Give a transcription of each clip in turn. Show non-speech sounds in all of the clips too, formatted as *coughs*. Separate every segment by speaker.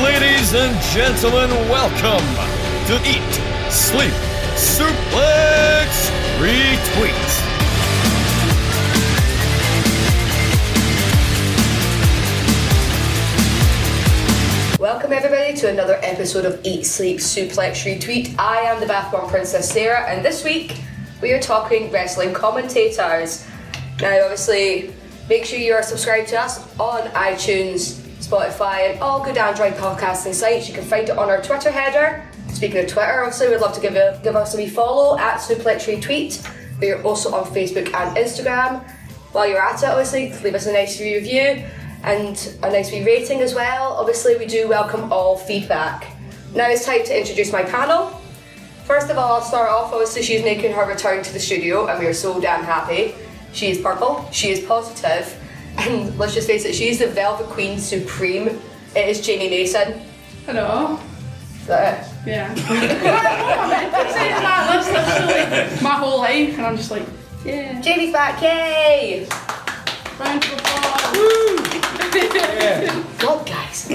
Speaker 1: and gentlemen, welcome to Eat, Sleep, Suplex, Retweet.
Speaker 2: Welcome everybody to another episode of Eat Sleep Suplex Retweet. I am the Bathborn Princess Sarah, and this week we are talking wrestling commentators. Now, obviously, make sure you are subscribed to us on iTunes, Spotify, and all good Android podcasting sites. You can find it on our Twitter header. Speaking of Twitter, obviously, we'd love to give you, give us a wee follow at Suplex Retweet. We are also on Facebook and Instagram. While you're at it, obviously, leave us a nice wee review and a nice wee rating as well. Obviously, we do welcome all feedback. Now it's time to introduce my panel. First of all, I'll start off. Obviously, she's making her return to the studio, and we are so damn happy. She is purple, she is positive, and let's just face it, she's the Velvet Queen Supreme. It is Jamie Mason.
Speaker 3: Hello.
Speaker 2: Is that it?
Speaker 3: Yeah. *laughs* That's literally my whole life, and I'm just like, yeah.
Speaker 2: Jamie's back, yay!
Speaker 3: Round of applause. *laughs*
Speaker 2: God, guys.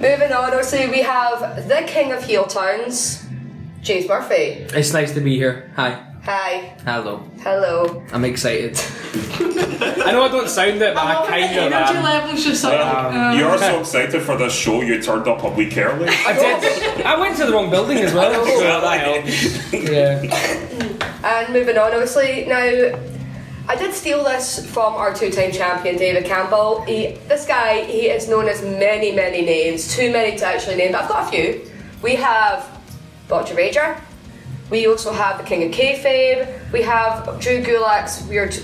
Speaker 2: Moving on, obviously, we have the king of heel turns, James Murphy.
Speaker 4: It's nice to be here. Hi.
Speaker 2: Hi.
Speaker 4: Hello.
Speaker 2: Hello.
Speaker 4: I'm excited.
Speaker 5: I know I don't sound it, but
Speaker 3: I
Speaker 5: I
Speaker 3: love that
Speaker 5: kind
Speaker 3: the
Speaker 5: of
Speaker 3: energy
Speaker 5: am.
Speaker 3: level's just like, uh,
Speaker 6: You're so excited for this show you turned up a week early.
Speaker 5: I did. I went to the wrong building
Speaker 6: *laughs*
Speaker 5: as well. so that helped.
Speaker 4: yeah.
Speaker 2: And moving on, obviously, now I did steal this from our two-time champion David Campbell. He, this guy, he is known as many, many names, too many to actually name, but I've got a few. We have Botcher Rager. We also have the King of Kayfabe. We have Drew Gulak's weird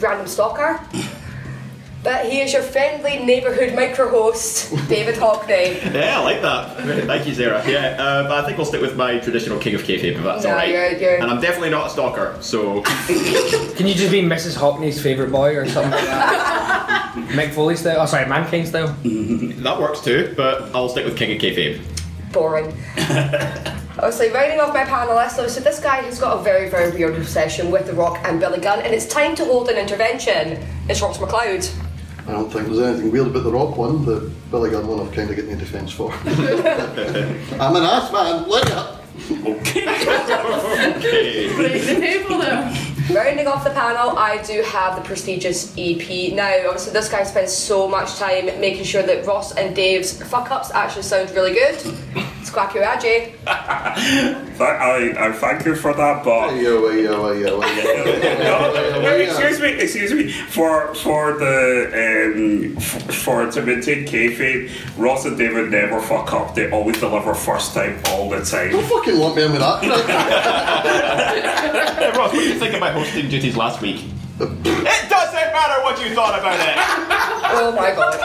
Speaker 2: random stalker. But he is your friendly neighbourhood micro-host,
Speaker 7: *laughs*
Speaker 2: David Hockney.
Speaker 7: Yeah, I like that. Thank you, Sarah. Yeah, uh, but I think we'll stick with my traditional king of kayfabe if that's
Speaker 2: No,
Speaker 7: all right.
Speaker 2: you're- you're-
Speaker 7: And I'm definitely not a stalker, so
Speaker 4: Can you just be Mrs. Hockney's favourite boy or
Speaker 7: *laughs*
Speaker 4: something like that?
Speaker 2: *laughs*
Speaker 4: Mick Foley style. Oh, sorry, Mankind style.
Speaker 7: *laughs* that works too. But I'll stick with king of
Speaker 4: *laughs*
Speaker 7: kayfabe.
Speaker 2: boring. Obviously, rounding off my panelists, obviously, this guy has got a very, very weird obsession with The Rock and Billy Gunn, and it's time to hold an intervention. It's Ross McLeod.
Speaker 8: I don't think there's anything weird about the Rock one. The Billy Gunn one, I've kind of got no defence
Speaker 3: *laughs*
Speaker 8: for. I'm an ass man. Look up.
Speaker 7: Okay.
Speaker 3: break the table there.
Speaker 2: Rounding off the panel, I do have the prestigious EP. Now, obviously, this guy spends so much time making sure that Ross and Dave's fuck ups actually sound really good. It's Kwaku Ajayi.
Speaker 6: Tha- I, I thank you for that, but
Speaker 8: Yo, yo, yo, yo, *laughs*
Speaker 6: No, excuse me, excuse me for for the um, f- for to maintain kayfabe. Ross and David never fuck up. They always deliver first time all the
Speaker 8: Don't
Speaker 6: time.
Speaker 8: fucking lump me in with that.
Speaker 7: Hey, Ross, what do you think of my hosting duties last week? it doesn't matter what you thought about it.
Speaker 3: *laughs*
Speaker 2: Oh my god.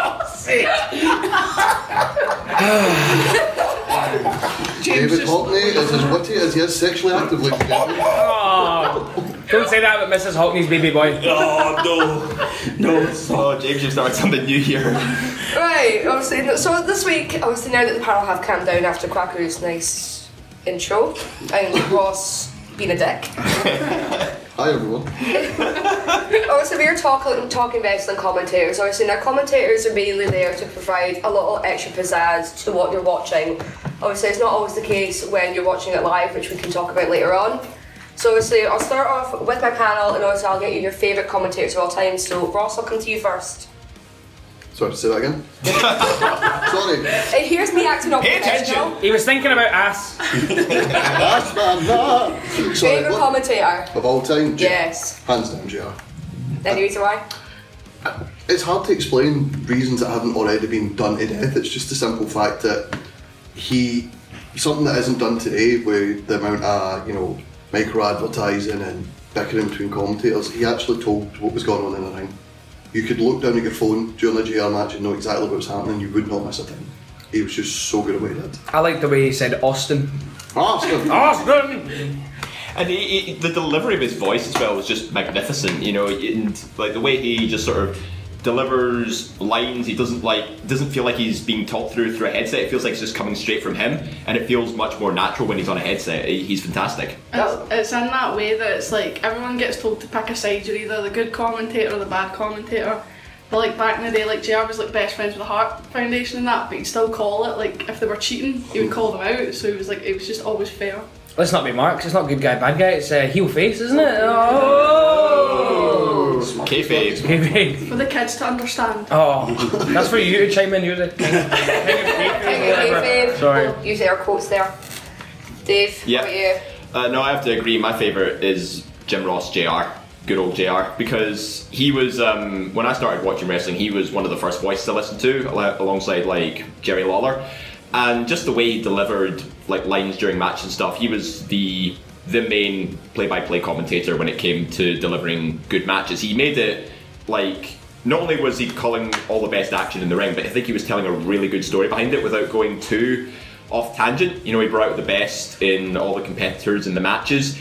Speaker 3: James
Speaker 8: David
Speaker 3: just,
Speaker 8: Hockney is as witty as he is sexually active. Ladies and gentlemen.
Speaker 4: Oh. Don't say that about Mrs. Hockney's baby
Speaker 7: *laughs*
Speaker 4: boy.
Speaker 6: Oh no, no.
Speaker 7: Oh, James, you've started something new here.
Speaker 2: Right, obviously, so this week, obviously, now that the panel have calmed down after Kwaku's nice intro and Ross being
Speaker 7: *laughs*
Speaker 2: a dick.
Speaker 8: Hi everyone.
Speaker 2: Obviously, we're talking talking wrestling commentators. Obviously, now commentators are mainly there to provide a little extra pizzazz to what you're watching. Obviously, it's not always the case when you're watching it live, which we can talk about later on. So, obviously, I'll start off with my panel, and obviously, I'll get you your favourite commentators of all time. So, Ross, I'll come to you
Speaker 7: *laughs*
Speaker 2: first.
Speaker 8: Sorry, say that again. Sorry.
Speaker 2: And here's me acting up.
Speaker 7: Pay attention.
Speaker 4: He was thinking about ass.
Speaker 8: Ass man. nah. Sorry.
Speaker 2: Favourite
Speaker 8: What,
Speaker 2: commentator?
Speaker 8: of all time. Jr.
Speaker 2: Yes.
Speaker 8: Hands down, Jr.
Speaker 2: Any reason why?
Speaker 8: It's hard to explain reasons that haven't already been done to death. It's just the simple fact that he something that isn't done today with the amount of you know micro advertising and bickering between commentators. He actually told what was going on in the ring. You could look down at your phone during a JR match and know exactly what was happening. You would not miss a thing. He was just so good at what he did.
Speaker 4: I like the way he said Austin.
Speaker 8: Awesome.
Speaker 4: Austin!
Speaker 7: And he, he, the delivery of his voice as well was just magnificent, you know, and like the way he just sort of delivers lines. He doesn't like doesn't feel like he's being talked through through a headset. It feels like it's just coming straight from him, and it feels much more natural when he's on a headset. He- He's fantastic.
Speaker 3: it's, it's in that way that it's like everyone gets told to pick a side. You're either the good commentator or the bad commentator. But like back in the day, like JR was like best friends with the Heart Foundation and that, but he'd still call it like if they were cheating, he would call them out. So it was like it was just always fair.
Speaker 4: Let's not be marks. It's not good guy, bad guy. It's uh, heel face, isn't it? Oh.
Speaker 7: Kayfabe.
Speaker 4: Kayfabe.
Speaker 3: For the kids to understand.
Speaker 4: Oh, that's for you to chime in. You're the king of- king of kayfabe
Speaker 2: King of
Speaker 4: or whatever.
Speaker 2: kayfabe.
Speaker 4: Sorry.
Speaker 2: We'll use air quotes there. Dave,
Speaker 7: Yeah.
Speaker 2: what about you?
Speaker 7: Uh, no, I have to agree. My favorite is Jim Ross Jr. Good old Jr. Because he was um, when I started watching wrestling, he was one of the first voices I listened to, al- alongside like Jerry Lawler, and just the way he delivered like lines during match and stuff. He was the the main play-by-play commentator when it came to delivering good matches. He made it like not only was he calling all the best action in the ring, but I think he was telling a really good story behind it without going too off tangent. You know, he brought out the best in all the competitors in the matches,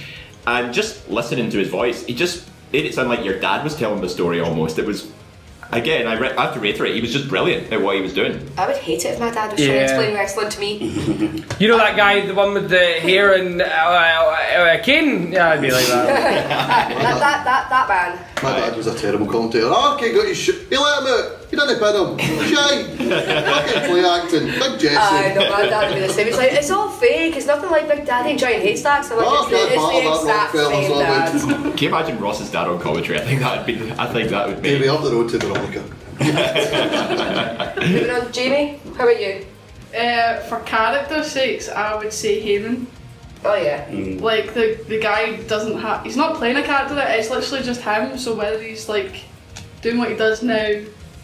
Speaker 7: and just listening to his voice, he just made it sound like your dad was telling the story almost. It was, again, I, re- I have to reiterate, he was just brilliant at what he was doing.
Speaker 2: I would hate it if my dad was trying to
Speaker 4: Yeah.
Speaker 2: explain wrestling to me.
Speaker 4: You know that guy, the one with the hair and uh, uh, uh, cane? Yeah, I'd be like that.
Speaker 2: That, that, that, that man.
Speaker 8: My dad was a terrible commentator. Oh, okay, got his shit. He let him out. He didn't pin him. Shy. *laughs* Fucking play acting. Big Jesse.
Speaker 2: I know, my dad would be the same. It's like, it's all fake. It's nothing like Big Daddy and Giant Haystacks. I'm like,
Speaker 8: Oh,
Speaker 2: it's, the, it's the exact
Speaker 8: that battle,
Speaker 2: same
Speaker 8: that
Speaker 2: dad.
Speaker 8: Rockfeller's all
Speaker 7: Can you imagine Ross's dad on commentary? I think that would be, I think that would
Speaker 8: Anyway,
Speaker 7: be.
Speaker 8: up the road to Veronica.
Speaker 7: *laughs*
Speaker 2: Moving on, Jamie, how about you?
Speaker 3: Uh, for character sakes, I would say Heyman.
Speaker 2: Oh, yeah.
Speaker 3: Like the the guy doesn't have he's not playing a character. It's literally just him. So whether he's like doing what he does now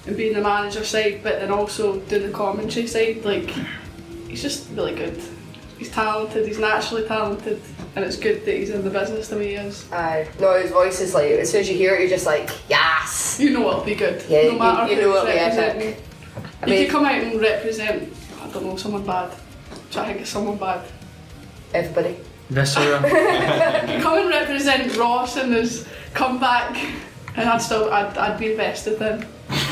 Speaker 3: and being the manager side, but then also doing the commentary side, like he's just really good. He's talented. He's naturally talented, and it's good that he's in the business the way he is.
Speaker 2: Aye. No, his voice is like, as soon as you hear it, you're just like, yes!
Speaker 3: You know it'll be good.
Speaker 2: Yeah, you-
Speaker 3: no matter
Speaker 2: you
Speaker 3: who he's
Speaker 2: know it'll be
Speaker 3: representing.
Speaker 2: epic. I
Speaker 3: He
Speaker 2: mean,
Speaker 3: could come out and represent, I don't know, someone bad. Which I think is someone bad.
Speaker 2: everybody.
Speaker 4: Viscera. *laughs*
Speaker 3: He'd *laughs* come and represent Ross in his comeback, and I'd still, I'd, I'd be invested then.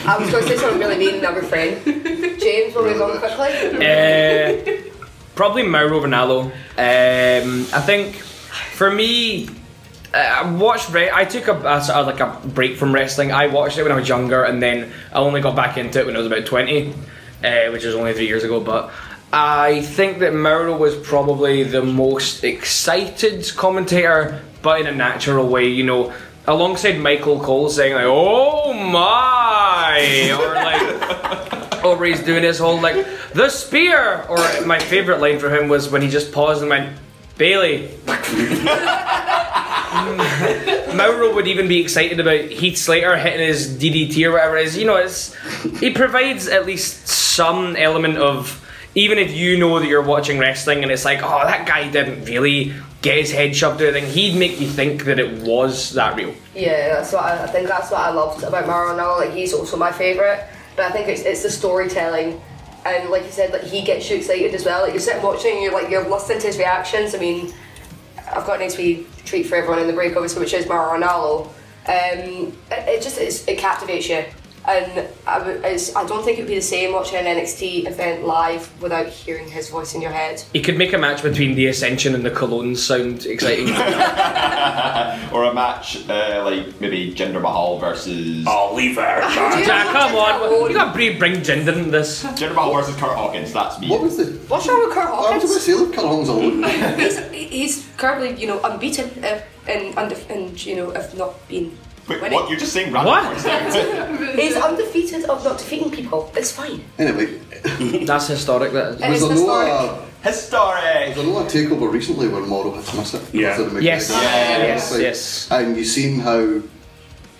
Speaker 2: I was going to say something really mean, another friend. James, we'll move on quickly.
Speaker 4: uh, probably Mauro Ronaldo. Um, I think for me, uh, I watched. Re- I took a, a sort of like a break from wrestling. I watched it when I was younger, and then I only got back into it when I was about twenty, uh, which is only three years ago. But I think that Mauro was probably the most excited commentator, but in a natural way. You know, alongside Michael Cole saying like, "Oh my," or like. or he's doing his whole like the spear. Or my favorite line from him was when he just paused and went, "Bailey." *laughs* Mauro would even be excited about Heath Slater hitting his DDT or whatever it is. You know, it's he provides at least some element of even if you know that you're watching wrestling and it's like, oh, that guy didn't really get his head shoved or anything, he'd make you think that it was that real.
Speaker 2: Yeah, that's what I, I think that's what I loved about Mario now. Like he's also my favourite, but I think it's, it's the storytelling, and like you said, like he gets you excited as well. Like you're sitting watching, you're like you're listening to his reactions. I mean, I've got an HP treat for everyone in the break, obviously, which is Mario Ronaldo. Um, it, it just it's, it captivates you, and I, w- it's, I don't think it would be the same watching an NXT event live without hearing his voice in your head.
Speaker 4: He could make a match between the Ascension and the Cologne sound exciting. *laughs*
Speaker 7: *laughs* Or a match uh, like maybe Jinder Mahal versus.
Speaker 6: I'll leave her.
Speaker 2: you-
Speaker 4: Ah, come on,
Speaker 2: Cologne.
Speaker 4: you got to bring gender in this.
Speaker 7: Jinder Mahal versus Kurt Hawkins, that's me.
Speaker 8: What was the.
Speaker 2: What's wrong with Kurt
Speaker 8: I was
Speaker 2: Hawkins?
Speaker 8: going to say, look, Carl Hong's alone.
Speaker 2: he's, he's currently, you know, unbeaten uh, and undef- and you know, if not been
Speaker 7: Wait,
Speaker 2: winning.
Speaker 7: what? You're just saying random
Speaker 4: What?
Speaker 7: words there.
Speaker 2: *laughs* He's undefeated of not defeating people.
Speaker 8: *laughs*
Speaker 2: It's fine.
Speaker 8: Anyway,
Speaker 4: *laughs* That's historic. That is.
Speaker 2: And
Speaker 8: was
Speaker 2: it's
Speaker 8: there no, uh,
Speaker 2: historic.
Speaker 7: Historic!
Speaker 8: was there no a takeover recently where Morrow had to miss it?
Speaker 6: Yeah.
Speaker 8: Was there a
Speaker 4: Yes.
Speaker 8: McGregor?
Speaker 4: Yes.
Speaker 8: Like,
Speaker 4: Yes.
Speaker 8: And you seen how,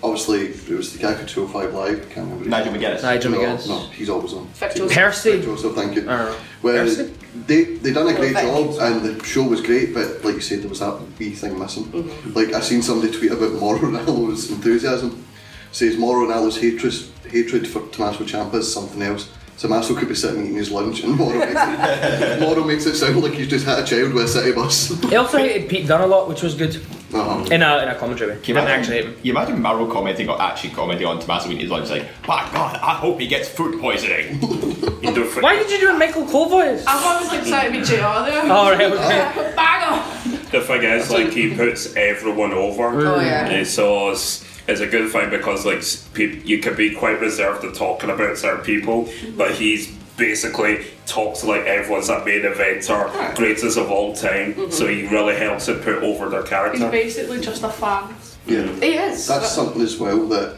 Speaker 8: obviously, it was the guy for 205 Live, can't remember. his
Speaker 7: Nigel
Speaker 8: name.
Speaker 7: McGuinness.
Speaker 4: Nigel
Speaker 8: no,
Speaker 4: McGuinness.
Speaker 8: No, he's always on.
Speaker 2: Vic Joseph.
Speaker 4: Percy.
Speaker 8: Vic Joseph, thank you.
Speaker 4: Oh.
Speaker 8: Whereas
Speaker 4: Percy?
Speaker 8: they they done a great
Speaker 2: Vic.
Speaker 8: job and the show was great, but like you said, there was that wee thing missing. Like I seen somebody tweet about Mauro *laughs* Ronaldo's enthusiasm. Says Mauro Ronaldo's hatred hatred for Tommaso Ciampa is something else. Tommaso could be sitting eating his lunch, and Mauro makes
Speaker 4: *laughs*
Speaker 8: it, Mauro makes it sound like he's just hit a child with a city bus.
Speaker 4: He also hated Pete Dunne a lot, which was good
Speaker 8: Uh-huh.
Speaker 4: in a in a commentary. He
Speaker 7: Can you
Speaker 4: didn't
Speaker 7: imagine,
Speaker 4: actually hate him.
Speaker 7: you imagine Maro commenting on actually commenting on Tommaso in his life, like, my god, I hope he gets food
Speaker 8: *laughs*
Speaker 7: poisoning.
Speaker 4: Why did you do a Michael Cole voice?
Speaker 3: I thought it was excited to be JR there.
Speaker 4: All right, okay.
Speaker 3: *laughs* Bang on!
Speaker 6: The thing is, like, he puts everyone over.
Speaker 2: Oh, yeah.
Speaker 6: And so it's is a good thing because like s- pe- you can be quite reserved to talking about certain people, but he's basically talks like everyone's a main inventor, greatest of all time.
Speaker 2: Mm-hmm.
Speaker 6: So he really helps it put over their
Speaker 3: He's
Speaker 6: character.
Speaker 3: basically just a fan.
Speaker 8: Yeah.
Speaker 2: He is.
Speaker 8: That's something as well that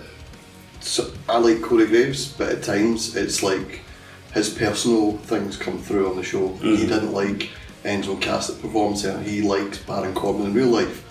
Speaker 8: so, I like Corey Graves, but at times it's like his personal things come through on the show. He didn't like Enzo Cassett performance there. He liked Baron Corbin in real life,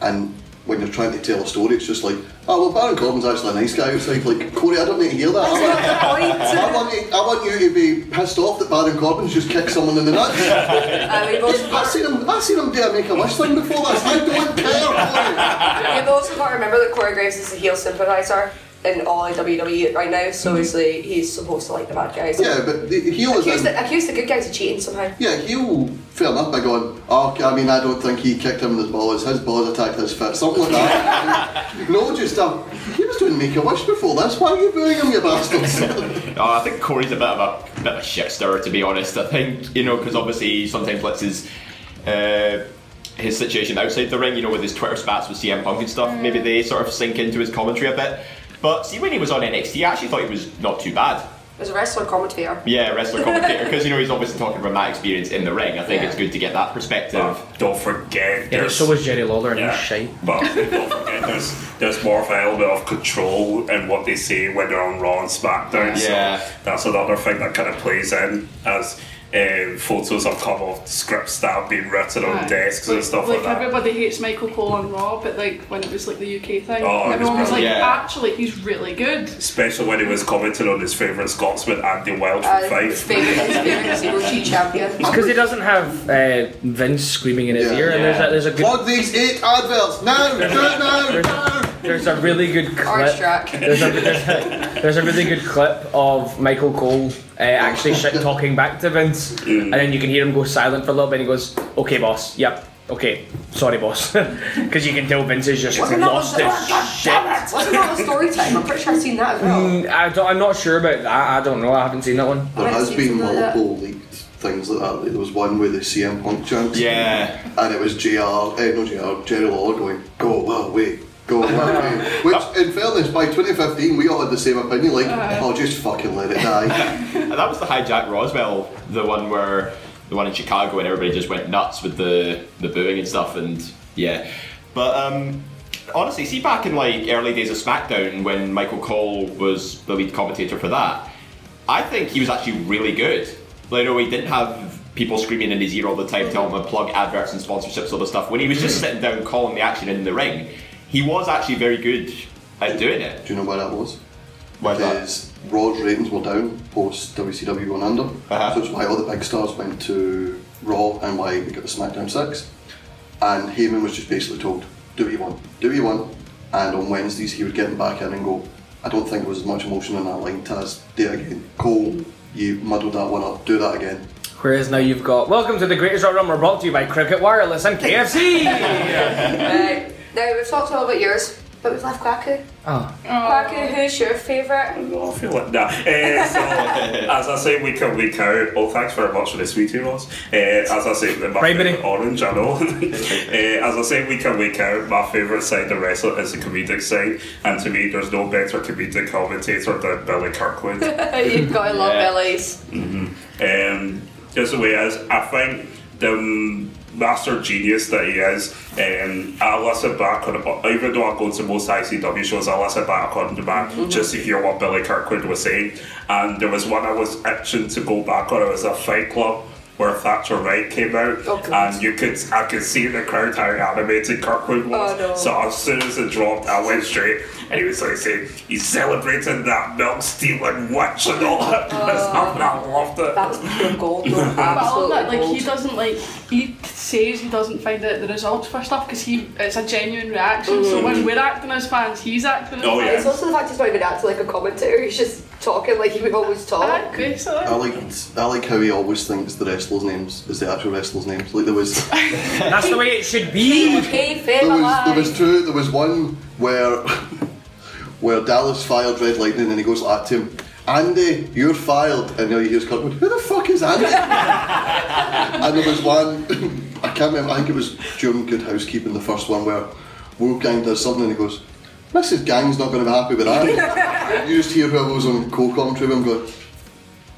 Speaker 8: and when you're trying to tell a story, it's just like, oh well, Baron Corbin's actually a nice guy *laughs* outside. Like Corey, I don't need to hear that. I
Speaker 2: That's
Speaker 8: want,
Speaker 2: not
Speaker 8: *laughs*
Speaker 2: the
Speaker 8: I
Speaker 2: point.
Speaker 8: want you, I want you to be pissed off that Baron Corbin's just kicked someone in the nuts.
Speaker 2: *laughs* Uh, we've, also
Speaker 8: I've
Speaker 2: got,
Speaker 8: seen him. I've seen him do a make a wish thing before. That's I don't care. Corey.
Speaker 2: *laughs* we've also got to remember that Corey Graves is a heel sympathiser in all of WWE right now, so obviously he's supposed to like the bad guys.
Speaker 8: Yeah, but the heel is.
Speaker 2: Accuse
Speaker 8: in-
Speaker 2: the, accuse the good guys of cheating somehow.
Speaker 8: Yeah, heel fair enough by going, oh, okay, I mean, I don't think he kicked him in his balls, his balls attacked his foot, something like that. *laughs* no, just, um, he was doing Make a Wish before this, why are you booing him, you bastards?
Speaker 7: Oh, I think Corey's a bit of a bit of a shit stirrer, to be honest. I think you know because obviously he sometimes lets his uh, his situation outside the ring, you know, with his Twitter spats with CM Punk and stuff. Maybe they sort of sink into his commentary a bit. But see, when he was on NXT, I actually thought he was not too bad.
Speaker 2: As a wrestler commentator.
Speaker 7: Yeah, wrestler commentator because you know he's obviously talking from that experience in the ring. I think
Speaker 2: Yeah.
Speaker 7: it's good to get that perspective.
Speaker 6: But don't forget,
Speaker 4: Yeah, but
Speaker 6: there's
Speaker 4: so was Jerry Lawler and
Speaker 6: Yeah.
Speaker 4: he's shite.
Speaker 6: But don't forget, there's, there's more of an element of control in what they say when they're on Raw and SmackDown.
Speaker 7: Yeah.
Speaker 6: So that's another thing that kind of plays in as um, photos have come off scripts that have been written on
Speaker 3: Aye.
Speaker 6: desks and stuff like,
Speaker 3: like
Speaker 6: that.
Speaker 3: everybody hates Michael Cole on Raw, but like when it was like the UK thing,
Speaker 6: Oh, it was
Speaker 3: everyone was like,
Speaker 7: brilliant. Yeah.
Speaker 3: actually, he's really good.
Speaker 6: Especially when he was commenting on his favourite Scotsman, Andy Wild from
Speaker 2: Uh,
Speaker 6: Fife.
Speaker 2: his favourite, his favourite single cheat champion.
Speaker 4: Because he doesn't have uh, Vince screaming in his
Speaker 8: Yeah.
Speaker 4: ear, and
Speaker 7: Yeah.
Speaker 4: there's a, there's a good,
Speaker 8: Plug these eight adverts, now, do it now, now!
Speaker 4: there's a really good
Speaker 2: Orange
Speaker 4: clip.
Speaker 2: track.
Speaker 4: There's a, there's, a, there's a really good clip of Michael Cole uh, actually shit talking back to Vince, and then you can hear him go silent for a little bit. and He goes, "Okay, boss. Yep. Okay. Sorry, boss." *laughs* Because you can tell Vince is just
Speaker 2: Wasn't that
Speaker 4: lost
Speaker 2: the story?
Speaker 4: his
Speaker 2: God damn it! Wasn't that the story time? I'm pretty sure I've seen that as well.
Speaker 4: Mm, I don't, I'm not sure about that. I don't know. I haven't seen that one.
Speaker 8: There
Speaker 2: I've
Speaker 8: has
Speaker 2: seen
Speaker 8: been
Speaker 2: something like that.
Speaker 8: multiple leaked things like that, Like, there was one with the CM Punk chant,
Speaker 7: Yeah,
Speaker 8: and it was JR, eh, no JR, Jerry Lawler going, go well, wait. Go well, wait." Which, in fairness, by 2015, we all had the same opinion. Like, oh, just fucking let it die.
Speaker 7: *laughs* and that was the high Jack Roswell, the one where the one in Chicago, and everybody just went nuts with the the booing and stuff, and yeah. But um, honestly, see back in like early days of SmackDown when Michael Cole was the lead commentator for that, I think he was actually really good. Like, you know, he didn't have people screaming in his ear all the time, telling him to plug adverts and sponsorships, all the stuff. When he was just sitting down calling the action in the ring, he was actually very good at doing it.
Speaker 8: Do you know why that was?
Speaker 7: Why that?
Speaker 8: Because Raw's ratings were down post WCW One Under,
Speaker 7: Uh-huh.
Speaker 8: so it's why all the big stars went to Raw and why we got the SmackDown Six. And Heyman was just basically told, "Do what you want, do what you want." And on Wednesdays he would get them back in and go, "I don't think there was as much emotion in that line, Taz. Do it again, Cole. You muddled that one up. Do that again."
Speaker 4: Whereas now you've got Welcome to the Greatest Rock Rumble brought to you by Cricket Wireless and KFC.
Speaker 2: *laughs* Right. Now, we've talked all about yours, but we've left Kwaku.
Speaker 4: oh.
Speaker 2: Kwaku, who's your favourite?
Speaker 6: Well, I feel like that. Uh, so, as I say, week in, week out. Oh, thanks very much for the sweetie, Ross. Uh, as I say, my
Speaker 4: Right, buddy.
Speaker 6: favourite orange, I know. *laughs* uh, as I say, week in, week out, my favourite side of wrestling is the comedic side, and to me, there's no better comedic commentator than Billy Kirkwood.
Speaker 2: *laughs* You've got to love
Speaker 7: Yeah.
Speaker 2: Billy's.
Speaker 6: um, just the way it is. I think the master genius that he is, um, I listen back on, even though I go to most ICW shows, I listen back on demand just to hear what Billy Kirkwood was saying. And there was one I was itching to go back on, it was a fight club. Where Thatcher Wright came out,
Speaker 2: Oh, God.
Speaker 6: and you could, I could see in the crowd how animated Kirkwood was.
Speaker 2: Oh, no.
Speaker 6: So as soon as it dropped, I went straight, and he was like saying, "He's celebrating that milk stealing witch and all that stuff," and I loved it.
Speaker 2: That was Oh. pure gold, though.
Speaker 6: *laughs*
Speaker 3: But I love
Speaker 2: Absolutely
Speaker 3: that, like
Speaker 2: gold.
Speaker 3: he doesn't like he says he doesn't find out the results for stuff because he it's a genuine reaction. So when we're acting as fans, he's acting as
Speaker 6: Oh,
Speaker 3: fans.
Speaker 6: yeah.
Speaker 2: It's also the fact he's not even acting like a commentator, he's just talking like he would always
Speaker 3: Ah,
Speaker 2: talk.
Speaker 3: great, so-
Speaker 8: I like I like how he always thinks the wrestlers' names is the actual wrestlers' names. Like there was
Speaker 4: *laughs* That's the way it should be.
Speaker 2: Hey, fail
Speaker 8: There was, there
Speaker 2: alive.
Speaker 8: was two. There was one where *laughs* where Dallas fired Red Lightning, and he goes like to him, Andy, you're fired. And now he hears Kirkwood. Who the fuck is Andy? *laughs* and there was one. *laughs* I can't remember. I think it was during Good Housekeeping, the first one where Wolfgang does something, and he goes. Mrs. Gang's not going to be happy with that. *laughs* you just hear whoever was on co-commentary with him go,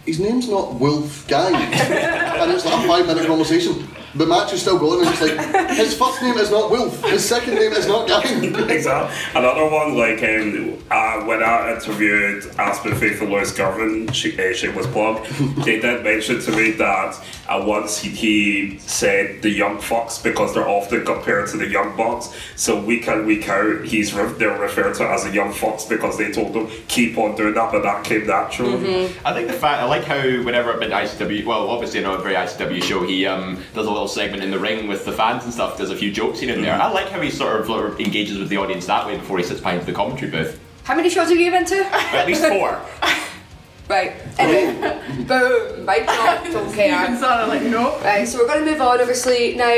Speaker 8: his name's not Wolf Gang. and it's like a five minute conversation. The match is still going and it's like, his first name is not Wolf, his second name is not
Speaker 6: *laughs*
Speaker 8: Gang.
Speaker 6: exactly. Another one, like um, uh, when I interviewed Aspen Faith and Lewis Garvin, she, uh, shameless plug, they did mention to me that uh, once he, he said the Young Fox because they're often compared to the Young Bucks. So week in, week out, he's re- they're referred to as a Young Fox because they told him keep on doing that, but that came natural.
Speaker 7: I like the fact I like how whenever I've been to ICW, well, obviously in a very ICW show, he um, does a little segment in the ring with the fans and stuff. There's a few jokes in in there. I like how he sort of, sort of engages with the audience that way before he sits behind the commentary booth.
Speaker 2: How many shows have you been to?
Speaker 7: At least four.
Speaker 2: *laughs* right. Anyway, boom. Mic drop. Don't
Speaker 3: Even
Speaker 2: care.
Speaker 3: so, I'm like, no.
Speaker 2: Right, so we're going to move on, obviously. Now,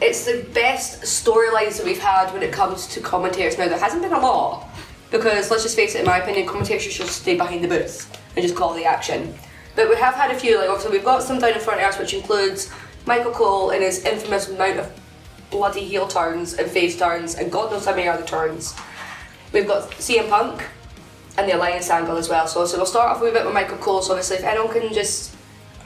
Speaker 2: it's the best storylines that we've had when it comes to commentators. Now, there hasn't been a lot, because let's just face it, in my opinion, commentators should just stay behind the booth and just call the action. But we have had a few, like, obviously, we've got some down in front of us, which includes Michael Cole and his infamous amount of bloody heel turns and face turns, and God knows how many other turns. We've got CM Punk and the Alliance angle as well. So, so we'll start off with a bit with Michael Cole. So, obviously, if anyone can just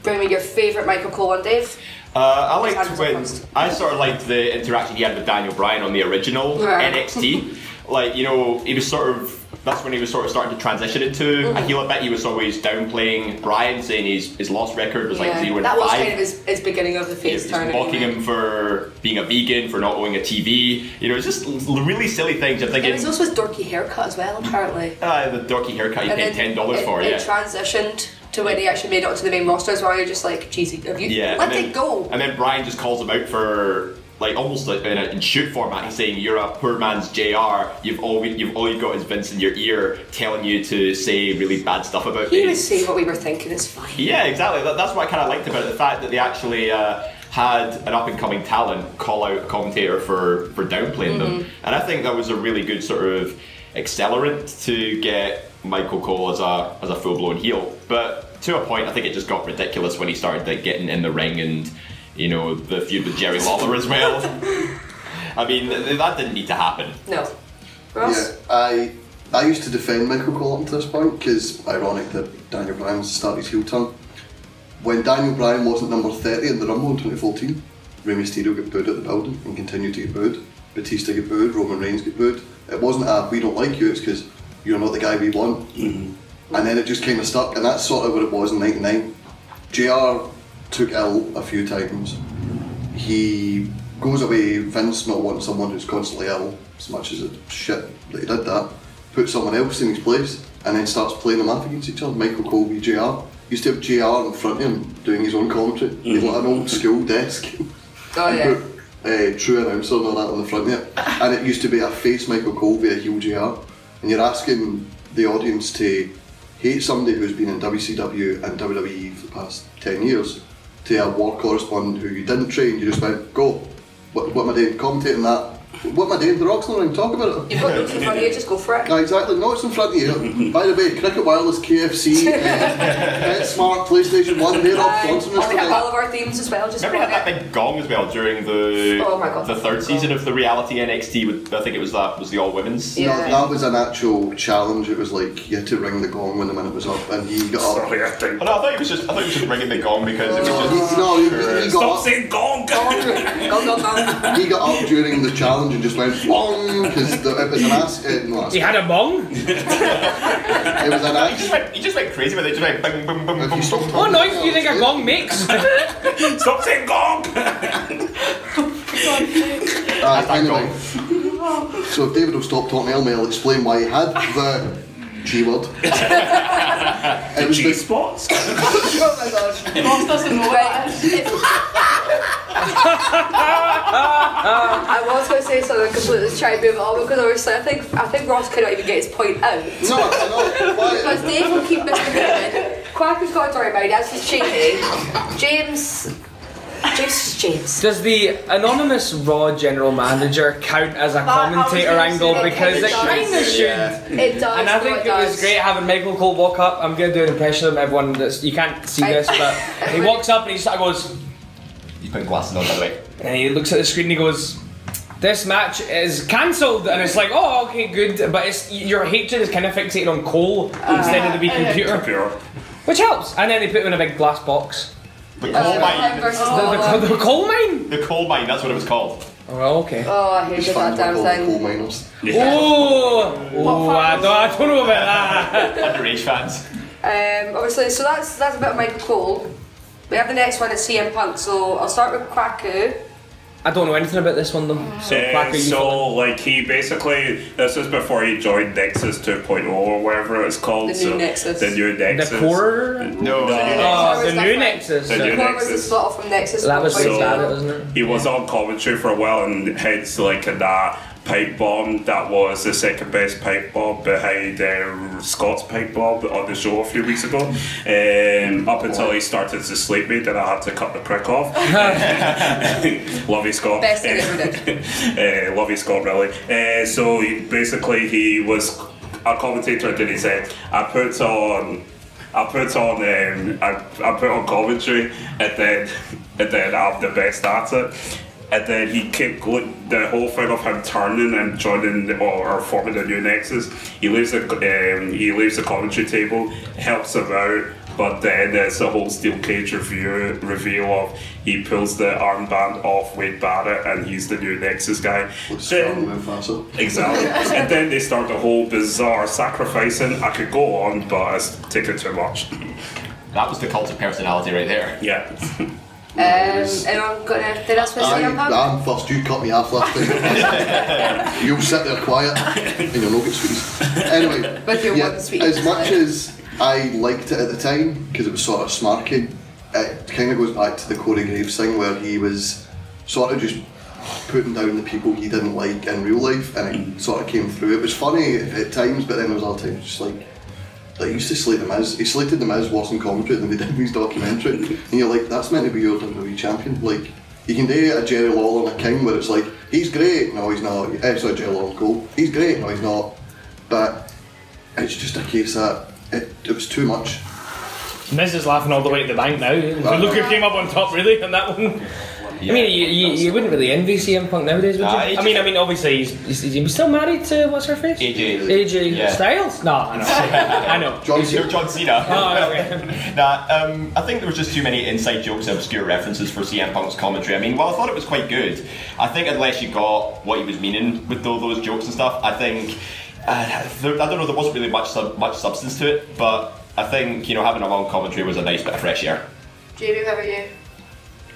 Speaker 2: bring me your favourite Michael Cole one, Dave.
Speaker 7: Uh, I
Speaker 2: Just
Speaker 7: liked
Speaker 2: have
Speaker 7: when
Speaker 2: some
Speaker 7: I sort of liked the interaction he had with Daniel Bryan on the original
Speaker 2: Yeah. *laughs*
Speaker 7: NXT. like you know, he was sort of that's when he was sort of starting to transition into a
Speaker 2: Mm-hmm.
Speaker 7: heel a bit. He was always downplaying Bryan, saying his his loss record was like zero and
Speaker 2: that was
Speaker 7: five.
Speaker 2: kind of his, his beginning of the
Speaker 7: Yeah,
Speaker 2: face
Speaker 7: just
Speaker 2: turn.
Speaker 7: mocking
Speaker 2: anyway.
Speaker 7: him for being a vegan, for not owning a TV. You know, it's just l- really silly things. I'm
Speaker 2: It
Speaker 7: thinking,
Speaker 2: was also his dorky haircut as well,
Speaker 7: *laughs*
Speaker 2: apparently.
Speaker 7: ah, the dorky haircut you paid ten dollars
Speaker 2: it-
Speaker 7: for.
Speaker 2: it
Speaker 7: yeah.
Speaker 2: transitioned to when he actually made it onto the main roster as well. You're just like, cheesy, have you?
Speaker 7: Yeah.
Speaker 2: Let
Speaker 7: and then-
Speaker 2: it go.
Speaker 7: And then Brian just calls him out for like almost like in, a, in shoot format. He's saying you're a poor man's Jr. You've all you've all you've got is Vince in your ear telling you to say really bad stuff about
Speaker 2: he
Speaker 7: me.
Speaker 2: was saying what we were thinking, it's fine.
Speaker 7: *laughs* yeah, exactly. That, that's what I kind of liked about it. The fact that they actually. Uh, had an up and coming talent call out a commentator for for downplaying them, and I think that was a really good sort of accelerant to get Michael Cole as a as a full blown heel. But to a point, I think it just got ridiculous when he started like, getting in the ring and you know the feud with Jerry Lawler as well. I mean, th- that didn't need to happen.
Speaker 2: No.
Speaker 8: Yeah,
Speaker 2: Ross?
Speaker 8: I I used to defend Michael Cole up to this point because ironic that Daniel Bryan was the start of his heel turn. When Daniel Bryan wasn't number 30 in the Rumble in 2014, Rey Mysterio got booed at the building and continued to get booed. Batista got booed, Roman Reigns got booed. It wasn't a we don't like you, it's because you're not the guy we want. And then it just kind of stuck, and that's sort of what it was in 99. JR took ill a few times he goes away, Vince not wanting someone who's constantly ill, as much as it's shit that he did that, puts someone else in his place, and then starts playing them up against each other. Michael Cole v JR. Used to have JR in front of him doing his own commentary. He's like an old school desk.
Speaker 2: *laughs*
Speaker 8: *laughs*
Speaker 2: Oh, yeah.
Speaker 8: Put, uh, true announcer and all that on the front of it. And it used to be a face Michael Cole via heel JR. And you're asking the audience to hate somebody who's been in WCW and WWE for the past 10 years to a war correspondent who you didn't train, you just went, go, what, what am I doing? Commentating that. What am I doing? The Rock's in the ring, talk about it.
Speaker 2: You've got notes in front of you, just go for it.
Speaker 8: Yeah, exactly. No, it's in front of you. By the way, Cricket Wireless,
Speaker 2: *laughs*
Speaker 8: KFC, uh, Smart, PlayStation 1, they're all
Speaker 2: Uh,
Speaker 8: sponsoring us
Speaker 2: I'll get all
Speaker 8: today.
Speaker 2: of our themes as well, just
Speaker 7: Remember he
Speaker 2: for
Speaker 7: had that
Speaker 2: it.
Speaker 7: big gong as well during the
Speaker 2: Oh my God,
Speaker 7: the
Speaker 2: the
Speaker 7: third
Speaker 2: gong.
Speaker 7: season of the reality NXT. With, I think it was that was the all women's.
Speaker 2: Yeah.
Speaker 8: No, that was an actual challenge. It was like you had to ring the gong when the minute was up, and he got up.
Speaker 6: Sorry, I think.
Speaker 7: Oh, no, I thought it was just I thought it was just ringing the gong because it was
Speaker 8: No,
Speaker 7: just
Speaker 8: he, no, he, he
Speaker 6: Stop
Speaker 8: got up,
Speaker 6: saying
Speaker 8: *laughs*
Speaker 6: gong!
Speaker 2: Go, go, go.
Speaker 8: he got up during the challenge and just went bong because it was an ass. It, no,
Speaker 5: He
Speaker 8: it
Speaker 5: had a bong?
Speaker 8: was an
Speaker 7: he just
Speaker 8: ass.
Speaker 7: went he just went crazy with it. Just went boom boom boom
Speaker 8: If you
Speaker 7: boom.
Speaker 8: stop
Speaker 7: boom.
Speaker 5: What
Speaker 8: talking
Speaker 5: noise do you think a
Speaker 8: about
Speaker 5: gong makes?
Speaker 6: Oh, *laughs* Stop saying gong!
Speaker 8: it- Aye, anyway, so if David will stop talking to Elmer, I'll explain why he had the
Speaker 6: *laughs*
Speaker 8: G word. it was
Speaker 6: G
Speaker 8: the
Speaker 6: spots?
Speaker 2: Oh my gosh.
Speaker 3: Ross doesn't know that.
Speaker 2: I was going to say something completely to try and move it on because obviously I think I think Ross cannot even get his point out.
Speaker 8: No, no, why?
Speaker 2: Because Dave will keep Mr. David. Quacker's got a story about it, that's his cheeky. James. James is James.
Speaker 4: Does the anonymous Raw general manager count as a
Speaker 3: I was
Speaker 4: commentator
Speaker 3: gonna
Speaker 4: angle?
Speaker 2: say,
Speaker 4: Because
Speaker 2: it
Speaker 4: it kind of
Speaker 2: does.
Speaker 4: should.
Speaker 2: It does.
Speaker 4: And I
Speaker 2: no,
Speaker 4: think
Speaker 2: it
Speaker 4: it was
Speaker 2: does.
Speaker 4: great having Michael Cole walk up. I'm gonna do an impression of him, everyone. That's you can't see
Speaker 2: I-
Speaker 4: this, but
Speaker 7: *laughs*
Speaker 4: he walks up and he sort of goes,
Speaker 7: He's putting glasses on by the way.
Speaker 4: and he looks at the screen and he goes, this match is cancelled, and it's like, oh, okay, good, but it's your hatred is kind of fixated on coal instead of Uh, the wee
Speaker 3: yeah, yeah.
Speaker 4: computer,
Speaker 6: Pure.
Speaker 4: which helps. And then they put him in a big glass box.
Speaker 7: The
Speaker 8: Oh
Speaker 7: coal
Speaker 2: Him
Speaker 7: mine.
Speaker 2: Uh, versus
Speaker 4: The,
Speaker 2: Lava.
Speaker 4: the coal mine.
Speaker 7: The coal mine, that's what it was called.
Speaker 4: Oh, okay.
Speaker 2: Oh, I
Speaker 8: It's
Speaker 2: hated
Speaker 8: fine,
Speaker 2: that damn
Speaker 8: we're all coal
Speaker 2: thing.
Speaker 8: miners.
Speaker 4: Oh, oh, I don't, I don't know about that.
Speaker 7: Underage fans.
Speaker 2: Um, obviously, so that's that's a bit of Michael Cole. We have the next one at CM Punk, so I'll start with Kwaku.
Speaker 4: I don't know anything about this one though. So,
Speaker 6: Uh,
Speaker 4: Quacker, you
Speaker 6: so, like, he basically, this is before he joined Nexus 2.0 or whatever it's called.
Speaker 2: The new
Speaker 6: so
Speaker 2: Nexus.
Speaker 6: The new Nexus.
Speaker 4: core?
Speaker 7: No, the new
Speaker 2: Uh,
Speaker 7: Nexus.
Speaker 4: Oh, the
Speaker 2: was
Speaker 4: new
Speaker 2: different.
Speaker 4: Nexus.
Speaker 6: The new-
Speaker 2: What was the
Speaker 6: Nexus.
Speaker 2: split off from Nexus?
Speaker 4: That was
Speaker 6: So-
Speaker 4: so bad, wasn't it?
Speaker 6: He was on commentary for a while and hence, like, in that pipe bomb that was the second best pipe bomb behind uh, Scott's pipe bomb on the show a few weeks ago. Um, up until he started to sleep me, then I had to cut the prick
Speaker 4: *laughs*
Speaker 6: off. *laughs* Love you, Scott.
Speaker 2: Best thing
Speaker 6: Uh,
Speaker 2: ever did.
Speaker 6: *laughs* uh, love you, Scott Rowley. Uh, so he, basically, he was a commentator, and then he said, "I put on, I put on, um, I, I put on commentary, and then, and then I'm the best at it." And then he kept gl- the whole thing of him turning and joining the, or, or forming the new nexus. He leaves the um, he leaves the commentary table, helps him out, but then there's a whole steel cage review reveal of he pulls the armband off Wade Barrett and he's the new Nexus guy.
Speaker 8: Looks strong
Speaker 6: Then,
Speaker 8: and facile.
Speaker 6: exactly. and then they start the whole bizarre sacrificing. I could go on, but it's taking too much. *laughs*
Speaker 7: That was the cult of personality right there.
Speaker 6: yeah.
Speaker 2: Um, anyone got anything else for CM Punk?
Speaker 8: I, am first, you cut me off last
Speaker 6: *laughs*
Speaker 8: time. You'll sit there quiet and you'll not get squeezed. Anyway,
Speaker 2: But you'll
Speaker 8: yeah,
Speaker 2: want the sweet.
Speaker 8: as much as I liked it at the time because it was sort of snarky, it kind of goes back to the Corey Graves thing where he was sort of just putting down the people he didn't like in real life
Speaker 6: Mm.
Speaker 8: and it sort of came through. It was funny at times, but then there was other times just like. Like he used to slate the Miz. He slated the Miz worse in commentary than they did in his documentary. And you're like, that's meant to be your WWE champion. Like, you can do a Jerry Lawler and a King where it's like, he's great, no he's not. Eh, sorry, Jerry Lawler, cool. He's great, no he's not. But it's just a case that it, it was too much.
Speaker 4: Miz is laughing all the way to the bank now. Look who came up on top, really, on that one. I mean, you, you, you wouldn't really envy CM Punk nowadays, would you?
Speaker 7: Nah, he
Speaker 4: I
Speaker 7: just-
Speaker 4: mean, I mean, obviously he's, he's, he's still married to what's her face?
Speaker 7: AJ.
Speaker 4: AJ
Speaker 7: Yeah.
Speaker 4: Styles? No, I know.
Speaker 7: *laughs*
Speaker 4: *laughs* I know.
Speaker 8: John
Speaker 7: No,
Speaker 8: Cena.
Speaker 7: John Cena.
Speaker 4: Oh, okay.
Speaker 7: *laughs* Nah, um, I think there was just too many inside jokes and obscure references for CM Punk's commentary. I mean, while I thought it was quite good, I think unless you got what he was meaning with all those jokes and stuff, I think uh, there, I don't know. There wasn't really much sub, much substance to it, but I think you know having a long commentary was a nice bit of
Speaker 8: *laughs*
Speaker 7: fresh air.
Speaker 3: Gary, how about you?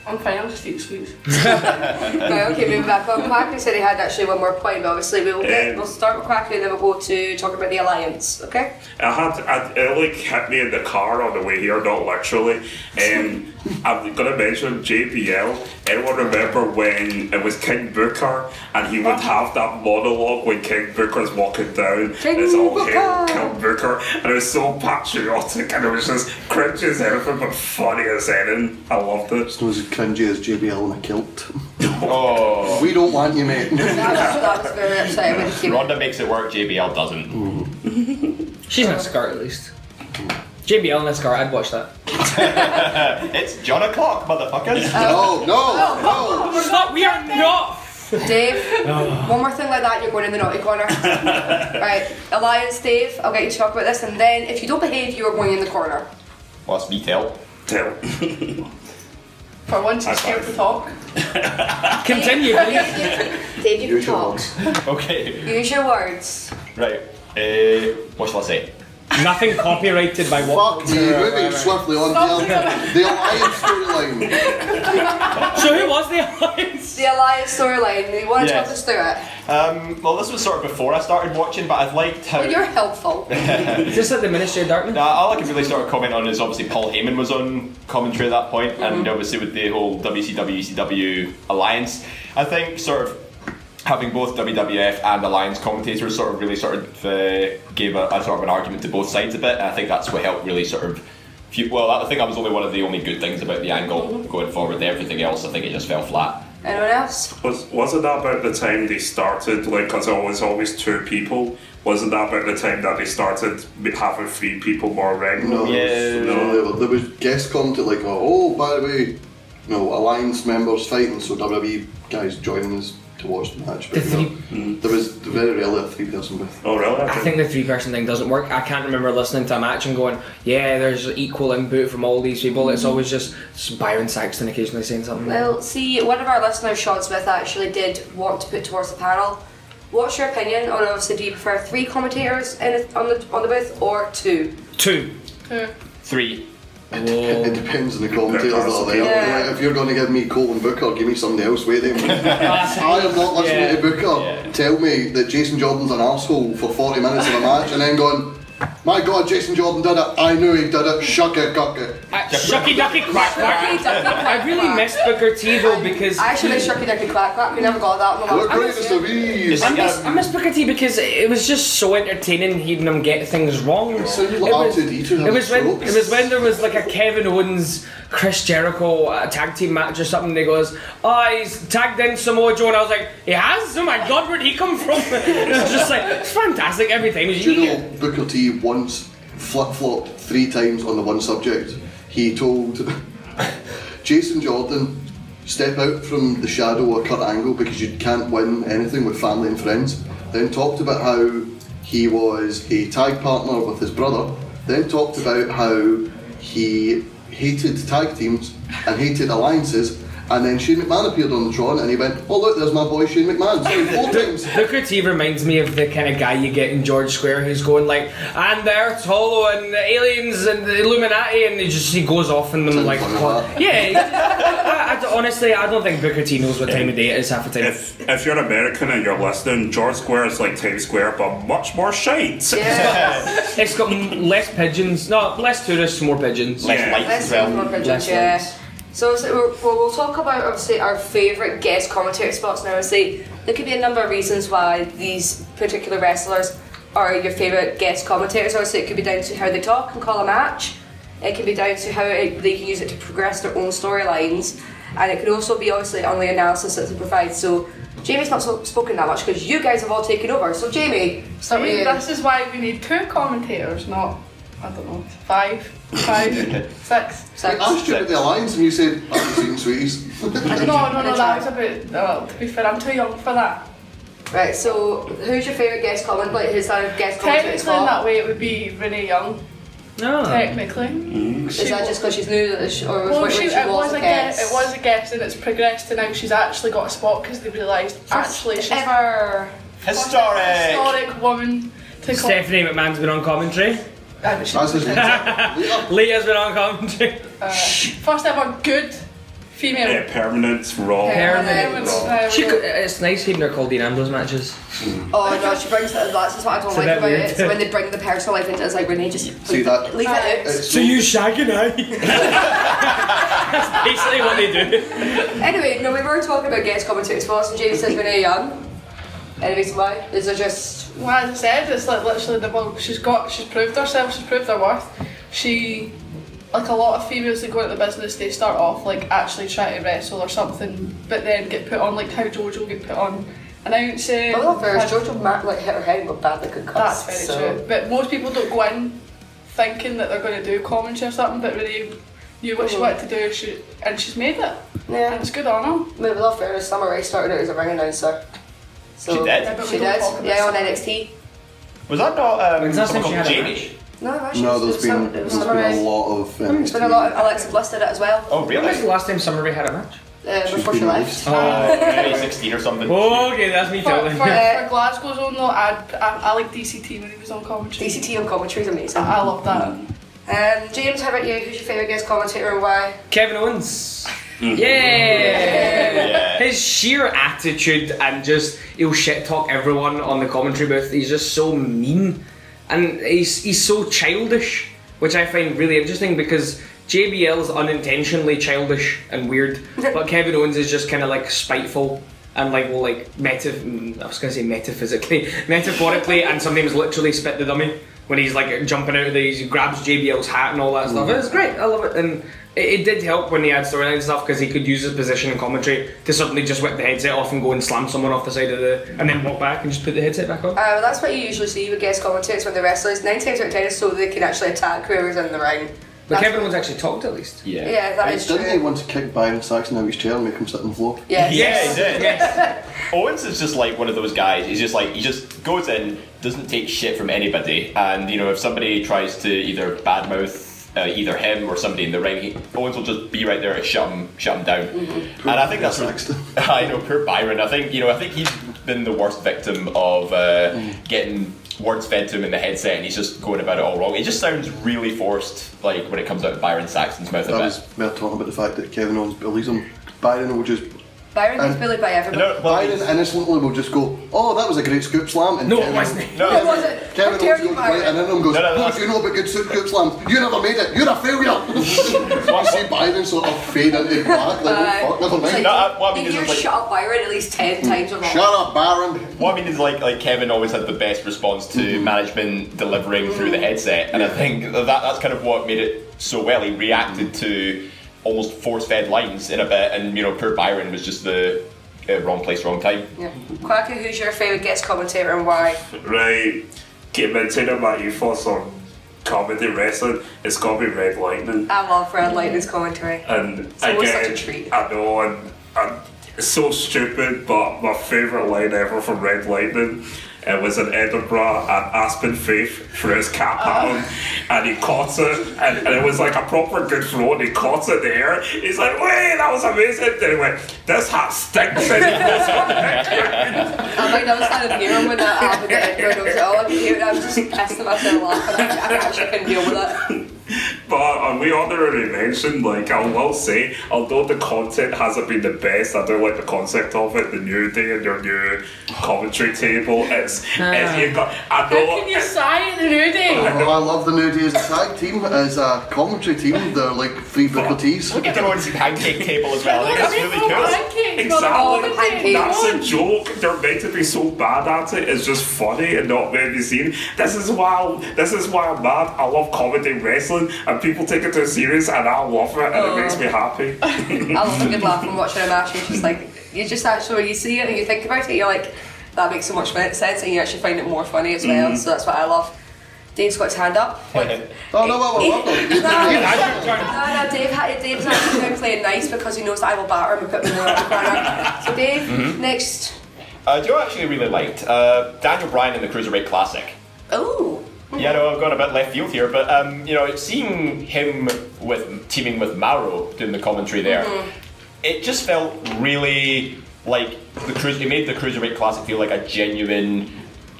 Speaker 3: I'm fine, I'll just eat sweets.
Speaker 2: Right, okay, moving back on. Quacker said he had actually one more point, but obviously we'll get,
Speaker 6: Um,
Speaker 2: we'll start with Quacker and then we'll go to talk about the alliance. Okay. *laughs*
Speaker 6: I had I, it like hit me in the car on the way here, not literally. Um, I'm gonna mention JBL. Anyone remember when it was King Booker and he would have that monologue when King Booker's walking down?
Speaker 2: King
Speaker 6: it's all
Speaker 2: Booker!
Speaker 6: King, King Booker, and it was so patriotic and it was just cringe as anything but funny as anything. I loved it.
Speaker 8: It was as cringy as JBL in a kilt.
Speaker 7: Oh,
Speaker 8: We don't want you, mate.
Speaker 2: That
Speaker 7: *laughs*
Speaker 2: was, that was very upsetting when he came.
Speaker 7: Ronda makes it work. JBL doesn't.
Speaker 4: She's in a skirt at least. JBL in a skirt, I'd watch that.
Speaker 7: *laughs* It's John o'clock,
Speaker 2: *laughs*
Speaker 7: motherfuckers.
Speaker 8: no, no, no.
Speaker 4: Oh. We're not, we are not!
Speaker 2: Dave,
Speaker 7: Ah.
Speaker 2: one more thing like that, you're going in the naughty
Speaker 7: *laughs*
Speaker 2: corner. right, alliance, Dave. I'll get you to talk about this, and then if you don't behave, you are going in the corner.
Speaker 7: Well, that's me tell.
Speaker 6: Tell.
Speaker 3: For once, he's
Speaker 6: High five.
Speaker 3: scared to talk.
Speaker 4: Continue, please.
Speaker 2: Dave, you can
Speaker 8: Use your
Speaker 2: talk.
Speaker 8: words.
Speaker 7: Okay,
Speaker 2: Use your words.
Speaker 7: right. Uh, what shall I say?
Speaker 4: Nothing copyrighted by what?
Speaker 8: Fuck me. Moving swiftly on the,
Speaker 4: *laughs*
Speaker 8: the Alliance storyline.
Speaker 4: So who was the alliance?
Speaker 2: The alliance storyline. You want to talk
Speaker 7: Yes.
Speaker 2: us through it?
Speaker 7: Um, well, this was sort of before I started watching, but I've liked how.
Speaker 2: Well,
Speaker 7: *laughs*
Speaker 2: you're helpful.
Speaker 4: Is this at the Ministry of Darkness?
Speaker 7: Now, all I can really sort of comment on is obviously Paul Heyman was on commentary at that point,
Speaker 4: Mm-hmm.
Speaker 7: and obviously with the whole WCW ECW E alliance, I think sort of having both WWF and alliance commentators sort of really sort of uh, gave a, a sort of an argument to both sides a bit, and I think that's what helped really sort of. few- Well, I think that was only one of the only good things about the angle
Speaker 4: Mm-hmm.
Speaker 7: going forward. Everything else, I think it just fell flat.
Speaker 2: Anyone else?
Speaker 6: Was wasn't that about the time they started? Like, cause it was always two people. Wasn't that about the time that they started having three people more regular?
Speaker 8: No,
Speaker 7: Yeah.
Speaker 8: there, was, there was guest content like, oh, by the way, you know, Alliance members fighting, so WWE E guys joining us to to watch the match,
Speaker 4: The
Speaker 8: but you know,
Speaker 4: three-
Speaker 8: there was very rarely a three person with.
Speaker 6: Oh, really?
Speaker 4: I think the three person thing doesn't work. I can't remember listening to a match and going, yeah, there's equal input from all these people. It's always just Byron Saxton occasionally saying something.
Speaker 2: Well, see, one of our listeners, Sean Smith, actually did want to put towards the panel. What's your opinion on obviously do you prefer three commentators in a, on the on the booth or two?
Speaker 4: Two.
Speaker 3: Two.
Speaker 7: Three.
Speaker 8: It
Speaker 4: Whoa.
Speaker 8: depends on the commentators that are there.
Speaker 2: Yeah.
Speaker 8: Like, if you're going to give me Colin Booker, give me somebody else with
Speaker 4: *laughs*
Speaker 8: him. I am not listening
Speaker 4: Yeah.
Speaker 8: to Booker tell me that Jason Jordan's an asshole for 40 minutes of a match and then going, my god, Jason Jordan did it. I knew he did it. Shuck it, guck it.
Speaker 4: Uh, Shucky ducky quack quack. I
Speaker 2: I
Speaker 4: really missed Booker T though because
Speaker 2: I actually
Speaker 4: he-
Speaker 2: shook you down clap clap. We never got that one.
Speaker 8: We're
Speaker 4: I'm
Speaker 8: great
Speaker 4: not-
Speaker 8: as the bees.
Speaker 4: I miss, I miss Booker T because it was just so entertaining hearing him get things wrong.
Speaker 8: So you
Speaker 4: It
Speaker 8: look
Speaker 4: was-
Speaker 8: R2D2
Speaker 4: It was when
Speaker 8: strokes.
Speaker 4: it was when there was like a Kevin Owens Chris Jericho uh, tag team match or something. And he goes, "Ah, he's tagged in Samoa Joe," and I was like, "He has? Oh my God, where'd he come from?" *laughs* it's just like it's fantastic every time. He's
Speaker 8: Do you know Booker T once flip flopped three times on the one subject? He told *laughs* Jason Jordan, step out from the shadow of Kurt Angle because you can't win anything with family and friends. Then talked about how he was a tag partner with his brother. Then talked about how he hated tag teams and hated alliances. And then Shane McMahon appeared on the Tron and he went, Oh, look, there's my boy Shane McMahon. So four times.
Speaker 4: Booker T reminds me of the kind of guy you get in George Square who's going like, and the Earth's hollow and the aliens and the Illuminati, and he just he goes off in them
Speaker 8: Sounds
Speaker 4: like,
Speaker 8: like
Speaker 4: what?
Speaker 8: that.
Speaker 4: yeah. he- I, I d- honestly, I don't think Booker T knows what time of day it is half the time.
Speaker 6: If, if you're American and you're listening, George Square is like Times Square, but much more shades.
Speaker 2: Yeah.
Speaker 4: It's got m- less pigeons, no, less tourists, more pigeons.
Speaker 7: Less
Speaker 6: Yeah.
Speaker 7: lights
Speaker 2: Let's
Speaker 7: as
Speaker 2: go
Speaker 7: well.
Speaker 2: for
Speaker 4: Less
Speaker 2: Bridget, yeah.
Speaker 4: lights.
Speaker 2: So obviously, we're, well, we'll talk about obviously our favourite guest commentary spots now. Obviously, there could be a number of reasons why these particular wrestlers are your favourite guest commentators. Obviously, it could be down to how they talk and call a match. It can be down to how it, they can use it to progress their own storylines, and it could also be obviously on the analysis that they provide. So. Jamie's not so, spoken that much because you guys have all taken over. So Jamie, start with
Speaker 3: See,
Speaker 2: you.
Speaker 3: this is why we need two commentators, not, I don't know, five, five,
Speaker 6: *laughs*
Speaker 8: *laughs*
Speaker 3: six.
Speaker 8: I
Speaker 2: Six.
Speaker 8: asked you about the alliance and you said, I haven't seen Sweeties.
Speaker 3: No, no, no, that's about, well, to be fair, I'm too young for that.
Speaker 2: Right. So who's your favourite guest comment? Like who's that guest commentator
Speaker 3: Technically, in
Speaker 2: spot?
Speaker 3: that way, it would be Renee Young,
Speaker 4: No.
Speaker 3: technically.
Speaker 2: Is that just because she's new that she, or was
Speaker 3: Well,
Speaker 2: what
Speaker 3: she,
Speaker 2: she,
Speaker 3: it
Speaker 2: was
Speaker 3: was a guess. It was a guess, and it's progressed, and now she's actually got a spot because they realised actually she's
Speaker 2: ever.
Speaker 3: a
Speaker 7: Historic.
Speaker 3: historic woman to call.
Speaker 4: Stephanie McMahon's been on commentary.
Speaker 3: Ah, but she's
Speaker 8: That's his
Speaker 4: *laughs* Leah's been on commentary.
Speaker 3: first ever good female.
Speaker 6: Yeah, permanent, raw.
Speaker 2: Yeah.
Speaker 3: Women, uh,
Speaker 4: She could, it's nice hearing her called Dean Ambrose matches.
Speaker 2: Oh no, she brings it. That's what I don't
Speaker 4: It's a
Speaker 2: like
Speaker 4: bit
Speaker 2: about
Speaker 4: weird.
Speaker 2: it. So when they bring the personal life into it, it's like Renee just
Speaker 8: See that?
Speaker 2: leave it out.
Speaker 8: It's
Speaker 4: shagging
Speaker 8: eh?
Speaker 4: I? *laughs* That's basically what they do.
Speaker 2: Anyway, no, we were talking about guest commentators spots, and *laughs* Jamie says Renee Young. Any reason why? Is there just
Speaker 3: Well, as I said, it's like literally the well, she's got, she's proved herself, she's proved her worth. She, like a lot of females that go into the business, they start off like actually trying to wrestle or something, but then get put on like how JoJo get put on announcing.
Speaker 2: well, not fair. Jojo Matt like hit her head and got badly
Speaker 3: That's
Speaker 2: concussed.
Speaker 3: very
Speaker 2: so.
Speaker 3: true. But most people don't go in thinking that they're going to do commentary or something, but really knew
Speaker 2: Mm-hmm.
Speaker 3: what she wanted to do, she, and she's made it. And
Speaker 2: Yeah.
Speaker 3: it's good on her.
Speaker 2: I mean, with all fairness, Summer Rae started out as a ring announcer. So
Speaker 7: She did?
Speaker 3: but
Speaker 2: She
Speaker 3: we don't
Speaker 2: did.
Speaker 3: talk about
Speaker 2: Yeah, on
Speaker 3: Summer.
Speaker 2: NXT.
Speaker 7: Was that not um,
Speaker 4: When's that
Speaker 7: someone
Speaker 4: since you
Speaker 7: called
Speaker 4: had a
Speaker 7: Jamie?
Speaker 2: No, actually,
Speaker 8: No,
Speaker 2: it was
Speaker 8: there's been,
Speaker 2: Summer- it
Speaker 8: there's
Speaker 2: was
Speaker 8: been
Speaker 2: Summer
Speaker 8: a
Speaker 2: Rae.
Speaker 8: lot of. Um,
Speaker 2: There's been a lot of Alexa Bliss did it as well.
Speaker 7: Oh,
Speaker 4: When was the
Speaker 7: really?
Speaker 4: last time Summer Rae had a match?
Speaker 2: uh,
Speaker 8: She's
Speaker 2: before she
Speaker 8: been
Speaker 2: left.
Speaker 8: released.
Speaker 7: Uh, maybe 16 or something.
Speaker 4: Okay, that's me
Speaker 3: For,
Speaker 4: telling.
Speaker 3: for, uh,
Speaker 2: Yeah.
Speaker 3: for Glasgow's own though, I'd, I, I like DCT when he was on commentary.
Speaker 2: DCT on commentary is amazing.
Speaker 3: I love that.
Speaker 2: Um, James, how about you? Who's your favourite guest commentator and why?
Speaker 4: Kevin Owens. Yeah.
Speaker 7: Yeah.
Speaker 4: His sheer attitude and just he'll shit talk everyone on the commentary booth. He's just so mean, and he's he's so childish, which I find really interesting because JBL's unintentionally childish and weird, but Kevin Owens is just kind of like spiteful. And like, well, like meta, mm, I was gonna say metaphysically, *laughs* metaphorically, and sometimes literally spit the dummy when he's like jumping out of these, he grabs JBL's hat and all that stuff. It's great, I love it, and it, it did help when he had storyline and stuff because he could use his position in commentary to suddenly just whip the headset off and go and slam someone off the side of the, and then walk back and just put the headset back on.
Speaker 2: Uh, well, that's what you usually see with guest commentators when the wrestlers, nine times out of ten, is so they can actually attack whoever's in the ring.
Speaker 4: Like everyone's actually talked at least.
Speaker 7: Yeah.
Speaker 2: Yeah, that is
Speaker 8: Didn't he
Speaker 2: true.
Speaker 8: want to kick Byron Saxon out of his chair and make him sit on the floor?
Speaker 2: Yes.
Speaker 7: Yeah, he did.
Speaker 4: Yes.
Speaker 7: Owens is just like one of those guys. He's just like he just goes in, doesn't take shit from anybody, and you know if somebody tries to either badmouth. Uh, either him or somebody in the ring, he- Owens will just be right there and shut him, shut him down. And I think that's
Speaker 8: Saxton.
Speaker 7: *laughs* I know poor Byron. I think you know I think he's been the worst victim of uh, getting words fed to him in the headset, and he's just going about it all wrong. It just sounds really forced, like when it comes out of Byron Saxton's mouth. A
Speaker 8: That
Speaker 7: bit.
Speaker 8: was Mer talking about the fact that Kevin Owens bullies him. Byron will just
Speaker 2: Byron gets
Speaker 8: Um,
Speaker 2: bullied by everyone.
Speaker 7: No, well,
Speaker 8: Byron innocently will just go, "Oh, that was a great scoop slam." And
Speaker 4: No,
Speaker 8: Kevin,
Speaker 4: it wasn't.
Speaker 7: no,
Speaker 2: it wasn't.
Speaker 8: Kevin
Speaker 2: How
Speaker 8: Owens
Speaker 2: dare you,
Speaker 8: goes right, and
Speaker 2: Byron?
Speaker 8: then him goes,
Speaker 7: No, no, no,
Speaker 8: "Look,
Speaker 7: that's-
Speaker 8: you know about good scoop scoop slams? You never made it. You're a *laughs* failure." you see Byron sort of fade into black, like,
Speaker 2: Uh,
Speaker 8: "Oh fuck, never
Speaker 2: it's
Speaker 8: mind."
Speaker 7: No, I- what I
Speaker 2: like,
Speaker 7: mean
Speaker 2: you
Speaker 7: is
Speaker 2: hear
Speaker 7: it's like-
Speaker 2: shut up Byron at least 10 times or more.
Speaker 8: Mm. Shut up, Byron.
Speaker 7: What I mean is, like, like Kevin always had the best response to management delivering through the headset, and I think that that's kind of what made it so well. He reacted to almost force-fed lines in a bit, and you know, poor Byron was just the uh, wrong place, wrong time.
Speaker 2: Yeah. Quacker, who's your favourite guest commentator and why?
Speaker 6: *laughs* Right, get into the Matthew for some comedy wrestling. It's got to be Red Lightning.
Speaker 2: I love Red Lightning's commentary.
Speaker 6: And
Speaker 2: always
Speaker 6: again,
Speaker 2: such a treat.
Speaker 6: I know, and, and it's so stupid, but my favourite line ever from Red Lightning. It was in Edinburgh at Aspen Faith for his
Speaker 2: Oh.
Speaker 6: cap on, and he caught it, and, and it was like a proper good throw, and he caught it there. He's like, "Wait, that was amazing!" Then he went, "This hat stinks." And he goes on *laughs*
Speaker 2: I might not stand in here when that happened at Edinburgh. I was like, oh, I'm here. I'm just pissed at myself laughing. I, I actually couldn't deal with it.
Speaker 6: But uh, we already mentioned, like, I will say, although the content hasn't been the best, I do like the concept of it, the new day and your new commentary table. It's, it's you've got, I
Speaker 3: How can you
Speaker 6: know,
Speaker 3: sigh at the new day?
Speaker 8: Oh, I love the new day as a tag team, as a commentary team. They're like three Booker T's.
Speaker 7: Look at the one's pancake table as well. Like, that's really cool.
Speaker 3: Pancakes, not all
Speaker 6: exactly.
Speaker 3: the
Speaker 2: pancakes.
Speaker 6: That's
Speaker 3: pancakes.
Speaker 6: a joke. They're meant to be so bad at it. It's just funny and not meant to be seen. This is why. This is why I'm mad. I love comedy wrestling, and people take it too serious, and I love it, and it makes
Speaker 2: Oh.
Speaker 6: me
Speaker 2: *laughs*
Speaker 6: happy.
Speaker 2: I love a good laugh when watching a match. It's just like, you just actually, when you see it and you think about it, you're like, that makes so much sense and you actually find it more funny as well.
Speaker 8: Mm-hmm.
Speaker 2: So that's what I love. Dave's got his hand up.
Speaker 8: Oh no, wait, wait, *laughs*
Speaker 2: *laughs*
Speaker 8: wait, wait.
Speaker 2: No, no, Dave, ha- Dave's actually now playing nice because he knows that I will batter him and put me more on the corner. So, Dave, next.
Speaker 7: Uh, Joe actually really liked uh, Daniel Bryan in the Cruiserweight Classic.
Speaker 2: Oh,
Speaker 7: Yeah, no, I've gone a bit left field here, but um, you know, seeing him with teaming with Maro doing the commentary there,
Speaker 9: Mm-hmm.
Speaker 7: it just felt really like the cruise. It made the cruiserweight classic feel like a genuine,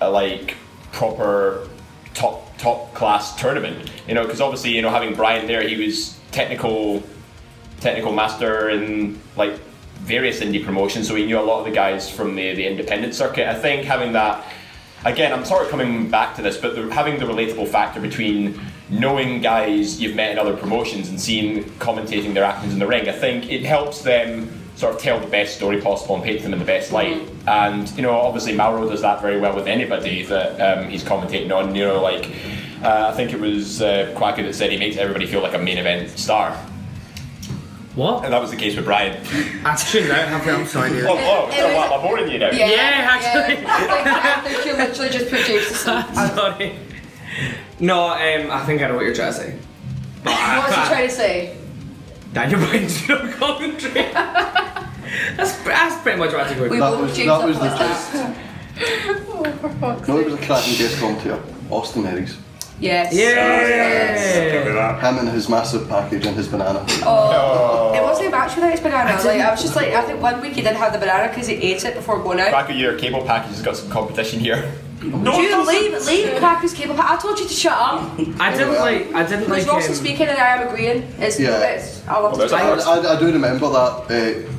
Speaker 7: uh, like proper top top class tournament. You know, because obviously, you know, having Brian there, he was technical technical master in like various indie promotions, so he knew a lot of the guys from the, the independent circuit. I think having that again, I'm sort of coming back to this, but the, having the relatable factor between knowing guys you've met in other promotions and seeing commentating their actions in the ring, I think it helps them sort of tell the best story possible and paint them in the best light. And you know, obviously, Mauro does that very well with anybody that um, he's commentating on. You know, like. Uh, I think it was uh, Quacker that said he makes everybody feel like a main event star,
Speaker 4: What?
Speaker 7: and that was the case with Brian.
Speaker 4: I've tuned out. Have I'm sorry. dude.
Speaker 7: Oh, oh, so what, I'm boring you now.
Speaker 2: yeah.
Speaker 4: Yeah, actually.
Speaker 2: yeah. I think- I think you literally just produced this. What's
Speaker 4: sorry. No, um, I think I know what you're trying to say.
Speaker 2: *laughs*
Speaker 4: But I-
Speaker 2: he trying to say?
Speaker 4: *laughs* Daniel Bryan's no commentary. *laughs* that's, that's pretty much what I think.
Speaker 2: We
Speaker 4: we're-
Speaker 8: That
Speaker 2: both
Speaker 8: was-
Speaker 2: changed
Speaker 8: that
Speaker 2: up
Speaker 8: was the
Speaker 2: like
Speaker 8: best.
Speaker 2: that.
Speaker 8: No, he was a cracking guest commentator. Austin Aries.
Speaker 2: Yes.
Speaker 4: Yeah.
Speaker 6: Look at that.
Speaker 8: Him and his massive package and his banana.
Speaker 2: Oh, it wasn't about you that it's banana. Like I was just like, I think one week he did have the banana because he ate it before going out.
Speaker 7: Back of your cable package has got some competition here.
Speaker 6: No, it
Speaker 2: You
Speaker 6: doesn't.
Speaker 2: leave, leave Quacker's cable. I told you to shut up.
Speaker 4: I didn't like. I didn't
Speaker 2: Because
Speaker 4: like.
Speaker 2: Ross
Speaker 4: um,
Speaker 2: is speaking and I am agreeing. It's,
Speaker 8: Yeah. Oh,
Speaker 2: it's I love
Speaker 7: Well,
Speaker 2: to
Speaker 7: there's a
Speaker 8: I, I, I do remember that uh,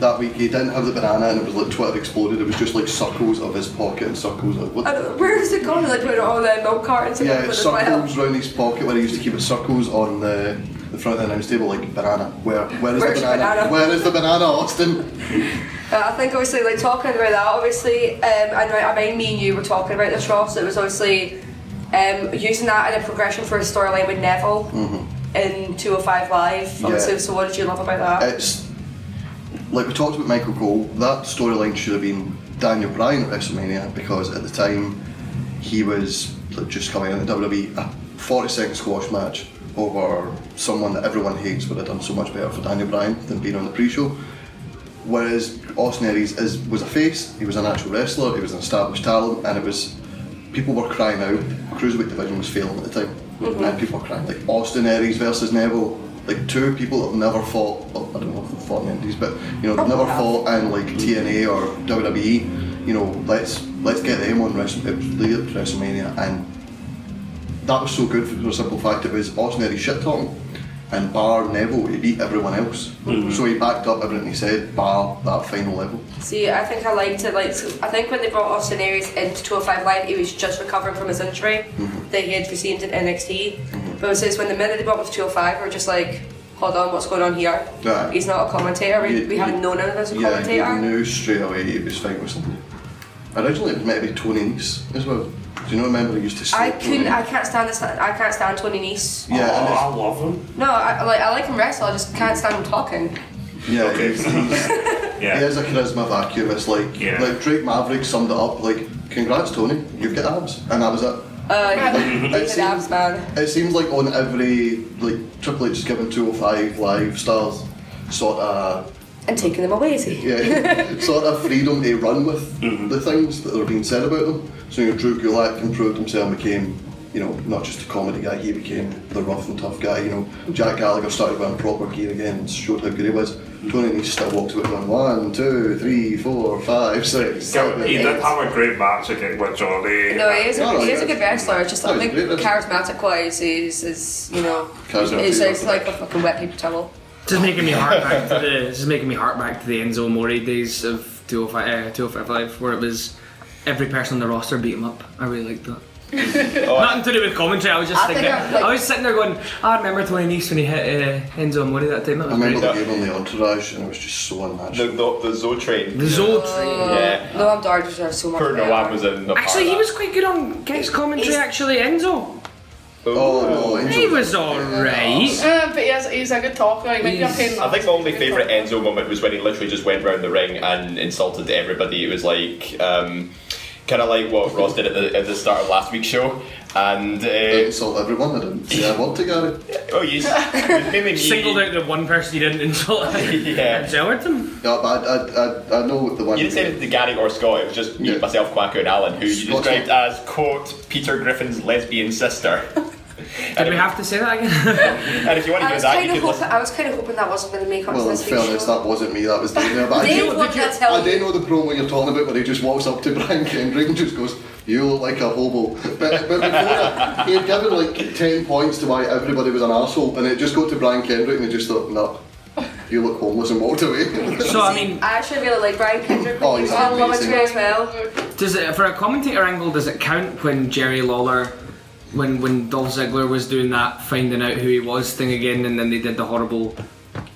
Speaker 8: that week he didn't have the banana and it was like Twitter exploded. It was just like circles of his pocket and circles of
Speaker 2: I
Speaker 8: what,
Speaker 2: don't, where is it going? Like put it on the milk cartons and
Speaker 8: yeah,
Speaker 2: put it
Speaker 8: circles round his pocket where he used to keep it. Circles on the the front of the announce table like banana. Where where is
Speaker 2: Where's
Speaker 8: the
Speaker 2: your
Speaker 8: banana?
Speaker 2: banana?
Speaker 8: Where is the banana, Austin?
Speaker 2: Uh, I think obviously like talking about that obviously um, and right, I mean me and you were talking about this Ross it was obviously um, using that in a progression for a storyline with Neville in 205 Live obviously
Speaker 8: Yeah. Uh,
Speaker 2: so what did you love about that?
Speaker 8: It's like we talked about Michael Cole. That storyline should have been Daniel Bryan at WrestleMania because at the time he was like, just coming in the WWE. A 40 second E, squash match over someone that everyone hates would have done so much better for Daniel Bryan than being on the pre-show. Whereas Austin Aries is was a face, he was an actual wrestler, he was an established talent, and it was people were crying out. Cruiserweight division was failing at the time, and people were crying like Austin Aries versus Neville, like two people that have never fought. Well, I don't know if they've fought in the Indies, but you know they've never fought in like TNA or WWE. You know, let's let's get them on Wrestle- WrestleMania and that was so good for the simple fact it was Austin Aries shit talking and bar Neville he beat everyone else so he backed up everything he said bar that final level
Speaker 2: See, I think I liked it. Like, I think when they brought Austin Aries into 205 Live, he was just recovering from his injury
Speaker 8: Mm-hmm.
Speaker 2: that he had received in NXT. But since when the minute they brought him to 205, we we're just like, hold on, what's going on here?
Speaker 8: Yeah.
Speaker 2: He's not a commentator. We,
Speaker 8: You-
Speaker 2: we
Speaker 8: you-
Speaker 2: haven't known him as a
Speaker 8: yeah
Speaker 2: commentator.
Speaker 8: he knew straight away he was fighting with somebody originally it was meant to be Tony Nese as well do you know remember he used to
Speaker 2: I
Speaker 8: slap
Speaker 2: couldn't.
Speaker 8: Tony?
Speaker 2: I can't stand this. I can't stand Tony Nese.
Speaker 8: yeah, and it's-
Speaker 6: Oh, I love him.
Speaker 2: No, I like. I like him wrestle. I just can't stand him talking.
Speaker 8: yeah
Speaker 6: Okay.
Speaker 8: he's,
Speaker 6: *laughs*
Speaker 8: he's,
Speaker 6: Yeah.
Speaker 8: he has a charisma vacuum it's like
Speaker 6: Yeah.
Speaker 8: like Drake Maverick summed it up like congrats Tony you've got abs and that
Speaker 2: *laughs*
Speaker 8: was it
Speaker 2: Uh, David
Speaker 8: see.
Speaker 2: Abs, man.
Speaker 8: It seems like on every like Triple H is given 205 live stars sort of
Speaker 2: And taking them away, is he? *laughs*
Speaker 7: *laughs*
Speaker 8: yeah sort of freedom to run with
Speaker 7: Mm-hmm.
Speaker 8: the things that are being said about them. So you know, Drew Gulak improved himself and became you know not just a comedy guy he became the rough and tough guy. You know Jack Gallagher started wearing proper gear again and showed how good he was.
Speaker 7: Mm-hmm.
Speaker 8: Tony Nese still walked about going one, two, three, four, five, six, seven.
Speaker 6: He
Speaker 8: eight."
Speaker 6: did have a great match again with Johnny. uh,
Speaker 2: No, he is a,
Speaker 8: No,
Speaker 2: he
Speaker 8: he's
Speaker 2: is a
Speaker 8: good.
Speaker 2: good wrestler. It's just
Speaker 8: No,
Speaker 2: I
Speaker 8: he's
Speaker 2: think
Speaker 8: a great wrestler.
Speaker 2: charismatic wise, he's, is you know,
Speaker 8: Charismatic,
Speaker 2: he's,
Speaker 8: he's
Speaker 2: he's like a fucking wet paper towel.
Speaker 4: Just making me heart back to the this is making me heart back to the Enzo Mori days of 205, uh, 205 Live, where it was every person on the roster beat him up. I really liked that.
Speaker 8: Oh,
Speaker 4: Nothing to do with commentary. I was just
Speaker 2: I think
Speaker 4: thinking.
Speaker 2: I'm like-
Speaker 4: I was sitting there going, I remember Tony Nese when he hit uh, Enzo Mori that time. That
Speaker 8: I
Speaker 4: was
Speaker 8: remember
Speaker 4: great.
Speaker 8: the game on the entourage and it was just so
Speaker 7: The,
Speaker 8: unmatched.
Speaker 7: the, the Zo train.
Speaker 4: The
Speaker 2: Oh,
Speaker 4: Zod.
Speaker 7: yeah.
Speaker 2: No, I'm dark deserves so much.
Speaker 7: Kurt
Speaker 2: better.
Speaker 7: Nolan was in the
Speaker 4: Actually, he
Speaker 7: part
Speaker 4: was
Speaker 7: of
Speaker 4: quite good
Speaker 2: *laughs*
Speaker 4: on guest commentary.
Speaker 2: He's-
Speaker 4: Actually, Enzo.
Speaker 8: Oh no,
Speaker 4: He
Speaker 8: Enzo-
Speaker 4: was alright.
Speaker 3: Uh, but he's, he's a good talker. Like, maybe
Speaker 4: He's-
Speaker 3: I can.
Speaker 7: that. I think my only favourite Enzo moment was when he literally just went round the ring and insulted everybody. It was like, um, kind of like what Ross did at the, at the start of last week's show. And,
Speaker 8: I
Speaker 7: uh,
Speaker 8: insult everyone. I didn't say I want to Gary.
Speaker 7: *laughs* oh, you maybe me.
Speaker 4: Singled out the one person he didn't insult.
Speaker 7: *laughs*
Speaker 4: *laughs*
Speaker 7: Yeah.
Speaker 4: Enzo him.
Speaker 8: Yeah, but I, I, I, I know what the one.
Speaker 7: You didn't say anything to Gary or Scott, it was just me,
Speaker 8: Yeah.
Speaker 7: myself, Quacko, and Alan, who you
Speaker 8: Scott's
Speaker 7: described as, quote, Peter Griffin's lesbian sister.
Speaker 4: Did we have to say that again?
Speaker 7: *laughs* And if you want to
Speaker 2: I
Speaker 7: do
Speaker 2: was
Speaker 7: that, you
Speaker 2: kind of
Speaker 7: could
Speaker 2: hoping.
Speaker 7: listen.
Speaker 2: I was kind of hoping that wasn't going to make up
Speaker 8: Well,
Speaker 2: to
Speaker 8: in
Speaker 2: this week's
Speaker 8: fairness,
Speaker 2: show.
Speaker 8: that wasn't me. That was Daniel. But I
Speaker 2: Dave
Speaker 8: do,
Speaker 2: wanted to tell
Speaker 8: I do
Speaker 2: you.
Speaker 8: know the promo you're talking about, where he just walks up to Brian Kendrick and just goes, "You look like a hobo." But, but before that, he had given like ten points to why everybody was an asshole, and it just got to Brian Kendrick, and he just thought, "No, you look homeless," and walked away.
Speaker 4: so I mean,
Speaker 2: I actually really like Brian Kendrick.
Speaker 8: Oh,
Speaker 2: when he
Speaker 8: he's
Speaker 2: was on
Speaker 8: amazing.
Speaker 2: commentary as well.
Speaker 4: Does it for a commentator angle? Does it count when Jerry Lawler, when when Dolph Ziggler was doing that finding out who he was thing again, and then they did the horrible.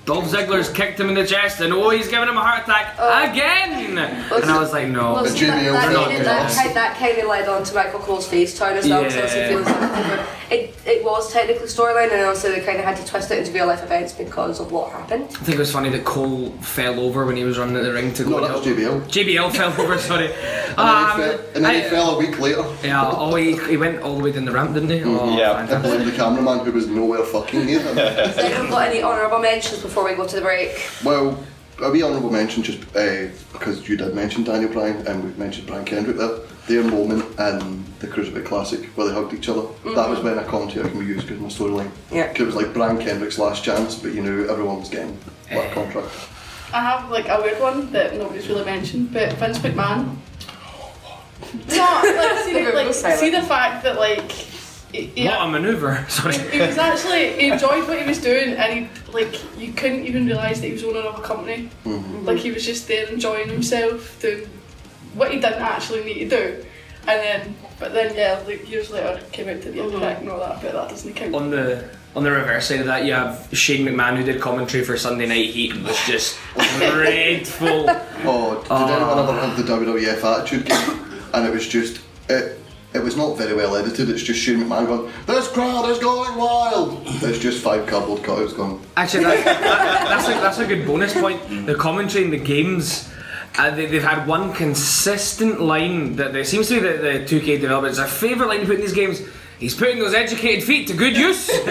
Speaker 4: Dolph Ziggler's kicked him in the chest, and oh, he's giving him a heart attack again. and I was like,
Speaker 2: Oh. *laughs* Well,
Speaker 4: no.
Speaker 2: see, that,
Speaker 8: Jimmy
Speaker 2: that,
Speaker 8: Olsen.
Speaker 2: that, that, kind, that kind of led on to Michael Cole's face turn as well. because obviously
Speaker 4: Yeah.
Speaker 2: it was something where- It, it was technically storyline, and also they kind of had to twist it into real life events because of what happened.
Speaker 4: I think it was funny that Cole fell over when he was running at the ring to go.
Speaker 8: no, that
Speaker 4: and
Speaker 8: was
Speaker 4: help.
Speaker 8: JBL.
Speaker 4: JBL
Speaker 8: *laughs*
Speaker 4: fell over. Sorry.
Speaker 8: And then,
Speaker 4: Um,
Speaker 8: he, fell, and then
Speaker 4: I-
Speaker 8: he fell a week later.
Speaker 4: Yeah. Oh, he, he went all the way down the ramp, didn't he? Oh,
Speaker 7: Yeah.
Speaker 8: I
Speaker 4: fantastic.
Speaker 8: blame the cameraman who was nowhere fucking near him.
Speaker 2: Has anyone got any honourable mentions before we go to the break?
Speaker 8: Well, a wee honourable mention just uh, because you did mention Daniel Bryan and we've mentioned Brian Kendrick there. Their moment in the Cruiserweight Classic where they hugged each other. That was when a commentator can be used because my storyline.
Speaker 2: Yeah.
Speaker 8: 'Cause It was like Brian Kendrick's last chance, but you knew everyone was getting that contract.
Speaker 3: I have like a weird one that nobody's really mentioned, but Vince McMahon.
Speaker 2: *laughs*
Speaker 3: No, like, see, the, like, see the fact that like he, he-
Speaker 4: What a maneuver. *laughs* Sorry.
Speaker 3: he was actually he enjoyed what he was doing, and he like you couldn't even realise that he was owner of a company. Like he was just there enjoying himself, doing what he didn't actually need to do. And then, but then yeah, like years later came out to the impact and all that, but that
Speaker 4: *laughs*
Speaker 3: doesn't count.
Speaker 4: On the on the reverse side of that, you have Shane McMahon who did commentary for Sunday Night Heat and was
Speaker 8: *laughs*
Speaker 4: just dreadful.
Speaker 8: Oh, did anyone ever have the WWF Attitude Game? And it was just it. It was not very well edited. It's just Shane McMahon going, "This crowd is going wild." It's just five cardboard cutouts going.
Speaker 4: Actually, that, that, that- that's a that's a good bonus point. The commentary in the games. Uh, they, they've had one consistent line that there seems to be the, the 2K developers. It's a favourite line to put in these games he's putting those educated feet to good use. Which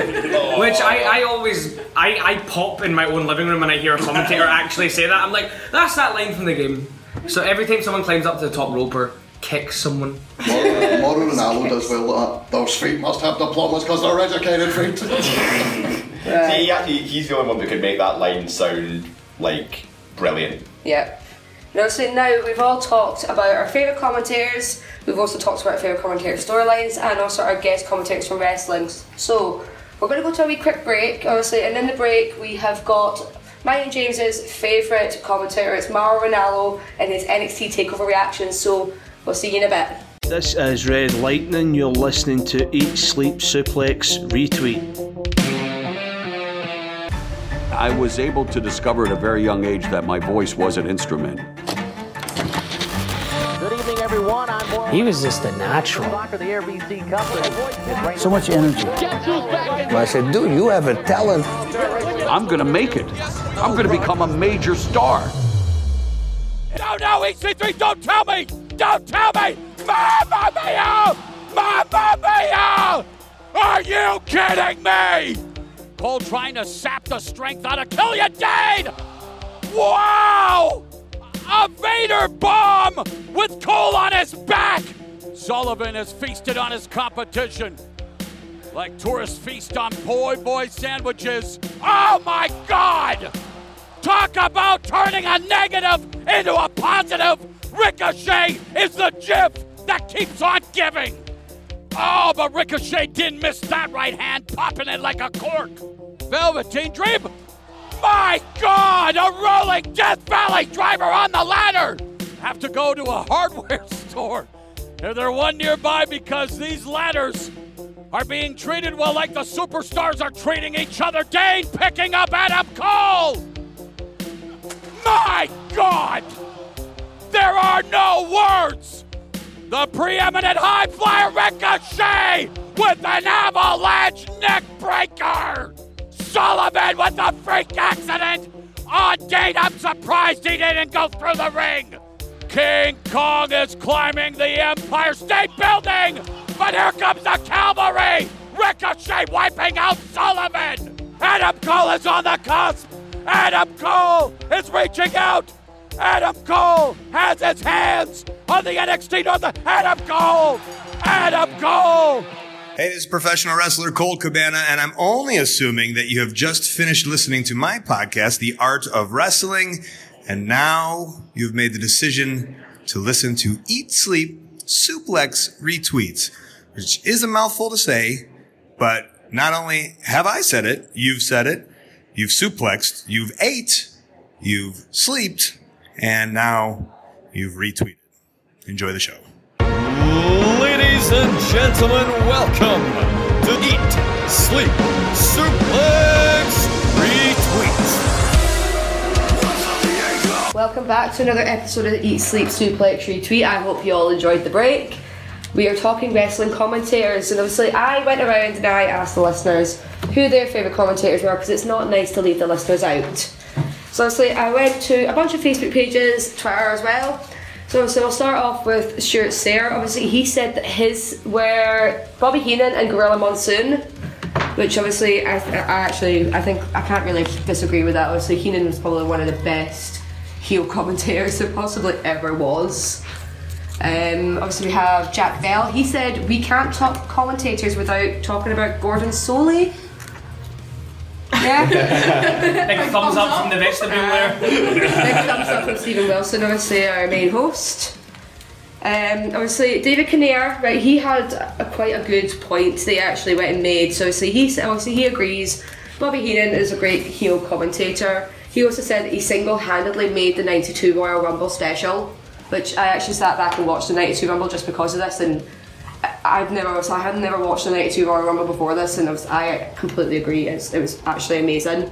Speaker 4: I, I always I, I pop in my own living room when I hear a commentator actually say that. I'm like, that's that line from the game. So every time someone climbs up to the top roper, kicks someone.
Speaker 8: Mor- Moro Ronaldo does er well at those feet must have diplomas because they're educated feet.
Speaker 7: *laughs* See, he actually, he's the only one that could make that line sound like brilliant.
Speaker 2: Yeah. And obviously now we've all talked about our favourite commentators, we've also talked about our favourite commentator storylines and also our guest commentators from wrestling. So we're gonna go to a wee quick break, obviously, and in the break we have got mine and James's favourite commentator, it's Mauro Ronaldo and his NXT takeover reactions, so we'll see you in a bit.
Speaker 10: This is Red Lightning. You're listening to Eat, Sleep, Suplex, Retweet.
Speaker 11: I was able to discover at a very young age that my voice was an instrument.
Speaker 12: Good evening, everyone. I'm Warren
Speaker 10: He was just a natural.
Speaker 12: Blocker, the RBC Company.
Speaker 10: So much energy. I said, dude, you have a talent.
Speaker 11: I'm going to make it. I'm going to become a major star. No, no, EC3, don't tell me! Don't tell me! Mamma mia! Mamma mia! Are you kidding me? Cole trying to sap the strength out of Killian Dane! Wow! A Vader bomb with Cole on his back! Sullivan has feasted on his competition like tourists feast on boy boy sandwiches. Oh my God! Talk about turning a negative into a positive. Ricochet is the gif that keeps on giving. Oh, but Ricochet didn't miss that right hand, popping it like a cork. Velveteen Dream. My God, a rolling Death Valley driver on the ladder. Have to go to a hardware *laughs* store. Is there one nearby? Because these ladders are being treated well like the superstars are treating each other. Dane picking up Adam Cole! My God! There are no words! The preeminent high flyer Ricochet with an avalanche neck breaker! Sullivan with a freak accident! On Dane, I'm surprised he didn't go through the ring! King Kong is climbing the Empire State Building, but here comes the cavalry! Ricochet wiping out Sullivan! Adam Cole is on the cusp! Adam Cole is reaching out! Adam Cole has his hands on the NXT North. Adam Cole! Adam Cole!
Speaker 13: Hey, this is professional wrestler Cole Cabana, and I'm only assuming that you have just finished listening to my podcast, The Art of Wrestling, and now you've made the decision to listen to Eat Sleep Suplex Retweets, which is a mouthful to say, but not only have I said it, you've said it, you've suplexed, you've ate, you've sleeped, and now you've retweeted. Enjoy the show.
Speaker 1: Ladies and gentlemen, welcome to Eat, Sleep, Suplex, Retweet.
Speaker 2: Welcome back to another episode of Eat Sleep Suplex Retweet. I hope you all enjoyed the break. We are talking wrestling commentators, and obviously, I went around and I asked the listeners who their favourite commentators were because it's not nice to leave the listeners out. So, obviously, I went to a bunch of Facebook pages, Twitter as well. So, so we'll start off with Stuart Sayre. Obviously, he said that his were Bobby Heenan and Gorilla Monsoon, which obviously, I, I actually, I think I can't really disagree with that. Obviously, Heenan was probably one of the best heel commentators there possibly ever was. Um, obviously, we have Jack Bell. He said, We can't talk commentators without talking about Gordon Soley.
Speaker 4: *laughs*
Speaker 2: Yeah.
Speaker 4: Big thumbs up from the vegetable there.
Speaker 2: Big thumbs up from Stephen Wilson, obviously, our main host. Um, obviously, David Kinnear, right, he had a, quite a good point they actually went and made. So, obviously, he, s- obviously he agrees Bobby Heenan is a great heel commentator. He also said that he single handedly made the 92 Royal Rumble special, which I actually sat back and watched the 92 Rumble just because of this. And I- I've never, so I had never watched the 92 Royal Rumble before this, and I, was, I completely agree. It's, it was actually amazing.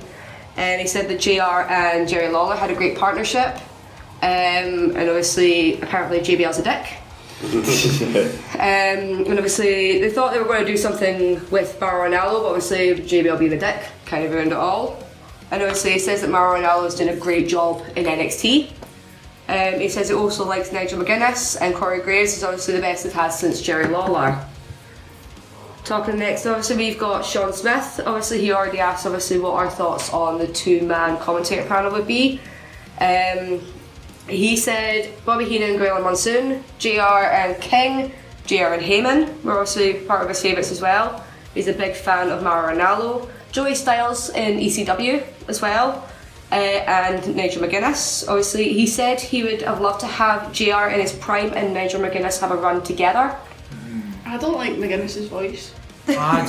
Speaker 2: And he said that JR and Jerry Lawler had a great partnership. Um, and obviously, apparently, JBL's a dick. Um, and obviously, they thought they were going to do something with Mauro Ranallo, but obviously, JBL being a dick kind of ruined it all. And obviously, he says that Mauro Ranallo's doing a great job in NXT. Um, he says he also likes Nigel McGuinness, and Corey Graves is obviously the best they've had since Jerry Lawler. Talking next, obviously we've got Sean Smith. Obviously he already asked obviously what our thoughts on the two-man commentator panel would be. Um, he said Bobby Heenan, Graylin Monsoon, JR and King, JR and Heyman were obviously part of his favourites as well. He's a big fan of Mara Ranallo, Joey Styles in ECW as well, uh, and Nigel McGuinness. Obviously, he said he would have loved to have JR in his prime and Nigel McGuinness have a run together.
Speaker 3: I don't like McGuinness's voice.
Speaker 8: I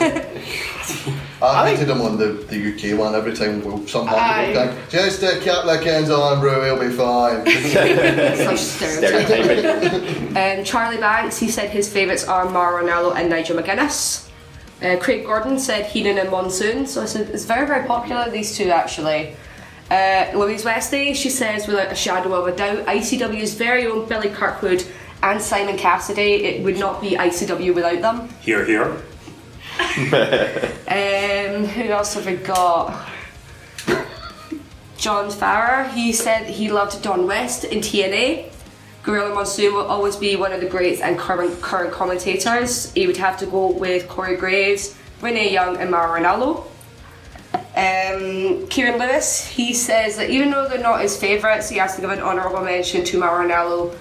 Speaker 8: hated him on the, the UK one every time we some
Speaker 3: Aye.
Speaker 8: part of it. Just a couple of cans of Ambrew, he'll be fine.
Speaker 2: Such *laughs* Um, Charlie Banks, he said his favourites are Mara Ranallo and Nigel McGuinness. Uh, Craig Gordon said Heenan and Monsoon, so it's, it's very, very popular, these two actually. Uh, Louise Westy, she says without a shadow of a doubt, ICW's very own Billy Kirkwood and Simon Cassidy, it would not be ICW without them.
Speaker 6: Here,
Speaker 7: *laughs*
Speaker 6: here.
Speaker 2: Um, who else have we got? John Farrer. He said he loved Don West in TNA. Gorilla Monsoon will always be one of the greats and current current commentators. He would have to go with Corey Graves, Renee Young, and Mara Ronaldo. Um, Kieran Lewis. He says that even though they're not his favourites, he has to give an honourable mention to Mara Ronaldo,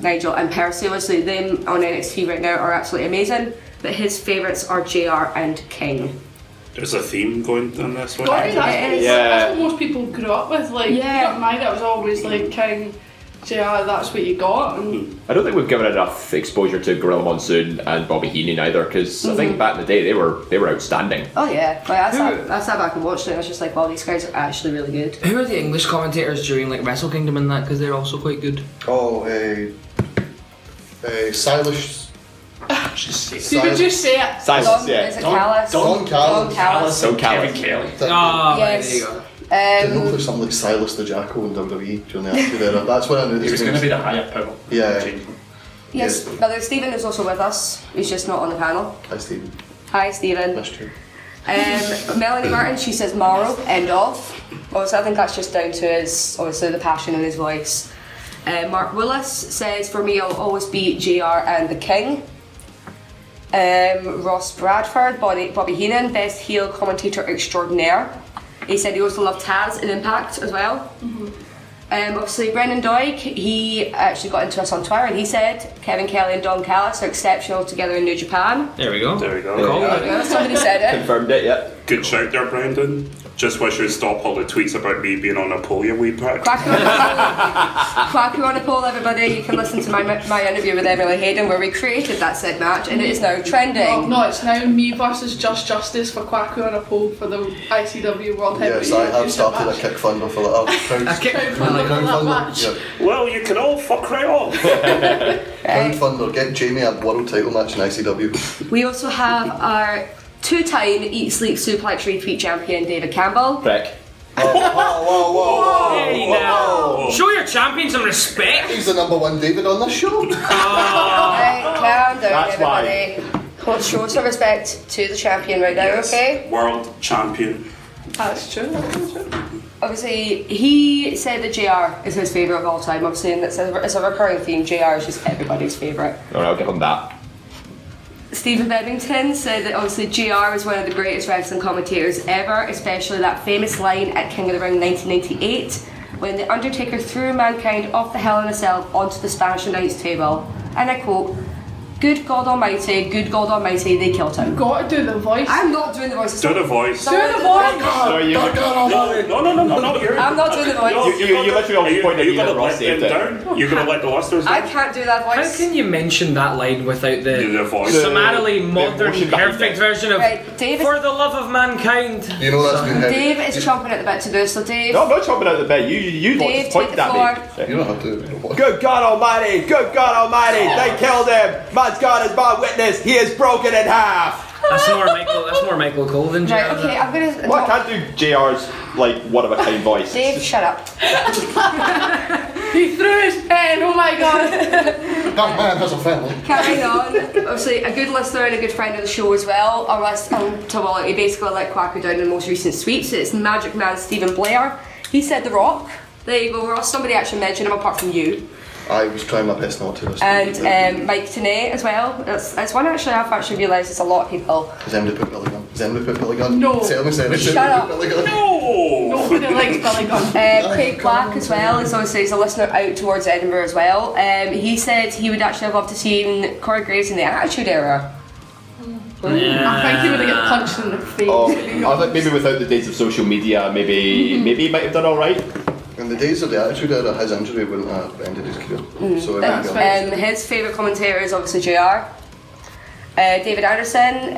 Speaker 2: Nigel, and Percy. Obviously, them on NXT right now are absolutely amazing. But his favourites are JR and King.
Speaker 6: There's a theme going on this one.
Speaker 3: Gordon, that's, that's what most people grew up with. Like, yeah. not mine, it was always like King, JR, that's what you got. And
Speaker 7: I don't think we've given enough exposure to Gorilla Monsoon and Bobby Heenan either, because I think
Speaker 2: Mhm.
Speaker 7: back in the day they were they were outstanding.
Speaker 2: Oh yeah, like I sat, I sat back and watched it. and I was just like, wow, these guys are actually really good.
Speaker 5: Who are the English commentators during like Wrestle Kingdom and that? Because they're also quite good.
Speaker 8: Oh, a a Silas. Just
Speaker 3: See, would you say it?
Speaker 7: Silence, Don- yeah. is it Don- Callis? Don
Speaker 8: Don Callis.
Speaker 2: Don Callis.
Speaker 7: Don Callis.
Speaker 8: Kevin
Speaker 7: Kelly.
Speaker 8: Ah,
Speaker 2: Yes. Oh, there you go. Um,
Speaker 8: Didn't look something like Silas the Jackal in E, WWE during the Attitude Era. That's when I knew
Speaker 14: He
Speaker 8: this
Speaker 14: was
Speaker 8: name.
Speaker 14: gonna be the higher power.
Speaker 8: Yeah.
Speaker 2: Yes, brother Stephen is also with us. He's just not on the panel.
Speaker 8: Hi, Stephen.
Speaker 2: Hi, Stephen. Um, Melanie Martin, she says Morrow, end of. Obviously, I think that's just down to his, obviously, the passion in his voice. Uh, Mark Willis says, for me, I'll always be JR and the King. Um, Ross Bradford, Bonnie, Bobby Heenan, best heel commentator extraordinaire. He said he also loved Taz in Impact as well.
Speaker 8: Mm-hmm.
Speaker 2: Um, obviously, Brendan Doig, he actually got into us on Twitter and he said Kevin Kelly and Don Callis are exceptional together in New Japan.
Speaker 4: There we go.
Speaker 6: There we go.
Speaker 4: Called it.
Speaker 2: Yeah, somebody said it.
Speaker 7: Confirmed it, yeah.
Speaker 6: Good shout there, Brandon. Just wish you'd stop all the tweets about me being on a polio wee pack.
Speaker 2: Crack on a poll. Crack on a poll, everybody. You can listen to my, my interview with Emily Hayden where we created that said match and it is now trending.
Speaker 3: No, no, it's now me versus Just Justice for Quacko on a poll for the ICW World Heavyweight
Speaker 8: Yes, I have
Speaker 3: Championship
Speaker 8: started a
Speaker 3: match.
Speaker 8: kick funder for that. A
Speaker 3: kick funder for that match.
Speaker 6: Well, you can all fuck right
Speaker 7: *laughs*
Speaker 6: off.
Speaker 8: Pound funder, get Jamie a world title match in ICW.
Speaker 2: We also have our two time Eat Sleep Suplex Retweet champion David Campbell.
Speaker 7: Prick.
Speaker 8: whoa,
Speaker 6: Oh,
Speaker 8: whoa, whoa,
Speaker 4: Hey,
Speaker 8: whoa,
Speaker 4: now.
Speaker 8: whoa.
Speaker 4: Show your champion some respect.
Speaker 8: He's the number one David on this
Speaker 6: *laughs*
Speaker 8: show. *laughs*
Speaker 2: Right, calm down,
Speaker 6: Oh. That's why.
Speaker 2: everybody. Well, show some respect to the champion right now, okay?
Speaker 6: World champion.
Speaker 3: That's true. That's true.
Speaker 2: Obviously, he said that JR is his favourite of all time. Obviously, and it's a, it's a recurring theme. JR is just everybody's favourite.
Speaker 7: Alright, I'll give him that.
Speaker 2: Stephen Bevington said that obviously JR is one of the greatest wrestling commentators ever, especially that famous line at King of the Ring 1998 when The Undertaker threw mankind off the Hell in a Cell onto the Spanish announce table. And I quote, Good God Almighty, good God Almighty, they killed him.
Speaker 3: Gotta do the voice.
Speaker 2: I'm not doing the voice.
Speaker 6: Do the voice.
Speaker 2: Do the voice.
Speaker 7: No, you-
Speaker 6: No, no, no, no, no. You're,
Speaker 2: I'm not doing the voice.
Speaker 6: No,
Speaker 7: *laughs* You- you- you literally always point at
Speaker 6: you're
Speaker 7: me that
Speaker 6: gonna
Speaker 7: Ross
Speaker 6: let
Speaker 7: saved
Speaker 6: them
Speaker 7: it.
Speaker 6: down. You're gonna let the listeners down.
Speaker 2: I can't do that voice.
Speaker 4: How can you mention that line without the,
Speaker 6: voice.
Speaker 4: summarily
Speaker 6: The- the
Speaker 4: modern
Speaker 6: emotion behind
Speaker 4: perfect
Speaker 6: it.
Speaker 4: version of
Speaker 2: Right, Dave is,
Speaker 4: For the love of mankind.
Speaker 8: You know that's been
Speaker 2: Dave is chomping at the bit to do, so Dave.
Speaker 7: No, I'm not chomping out the bed. You you you
Speaker 2: Dave,
Speaker 7: want to point
Speaker 2: take the
Speaker 7: that
Speaker 2: floor.
Speaker 7: me.
Speaker 8: You don't have to.
Speaker 7: Good God Almighty! Good God Almighty! They killed him. Man's God is my witness. He is broken in half.
Speaker 4: That's more Michael. That's more Michael Cole than
Speaker 2: Right, okay, I'm gonna.
Speaker 7: Well, I can't do JR's like one of a kind voice.
Speaker 3: *laughs*
Speaker 2: Dave, shut up.
Speaker 3: He threw his pen, oh my god.
Speaker 8: That man has a family.
Speaker 2: Carrying on, obviously a good listener and a good friend of the show as well. Our last um, to well, he basically let Quacko down in the most recent sweeps. It's Magic Man Stephen Blair. He said The Rock. There you go, Ross. Somebody actually mentioned him apart from you.
Speaker 8: I was trying my best not to. listen.
Speaker 2: And um, Mike Tanay as well. It's, it's one actually I've actually realised it's a lot of people.
Speaker 8: Has anybody put Billy Gunn? Has anybody put Billy Gunn?
Speaker 2: No.
Speaker 8: Tell me, Sarah, has
Speaker 2: Shut
Speaker 8: anybody
Speaker 2: up.
Speaker 8: put Billy Gunn?
Speaker 2: Nobody likes Billy
Speaker 8: *laughs*
Speaker 2: Gunn. Uh, Craig Black as well is obviously he's a listener out towards Edinburgh as well. Um, he said he would actually have loved to see Corey Graves in the Attitude Era.
Speaker 3: I think he would have got punched in the face.
Speaker 8: Oh,
Speaker 7: I think maybe without the days of social media, maybe
Speaker 2: Mm-hmm.
Speaker 7: maybe he might have done all right.
Speaker 8: In the days of the Attitude Era, his injury wouldn't have ended his career. So there you go.
Speaker 2: Um, his favourite commentator is obviously JR. Uh, David Anderson,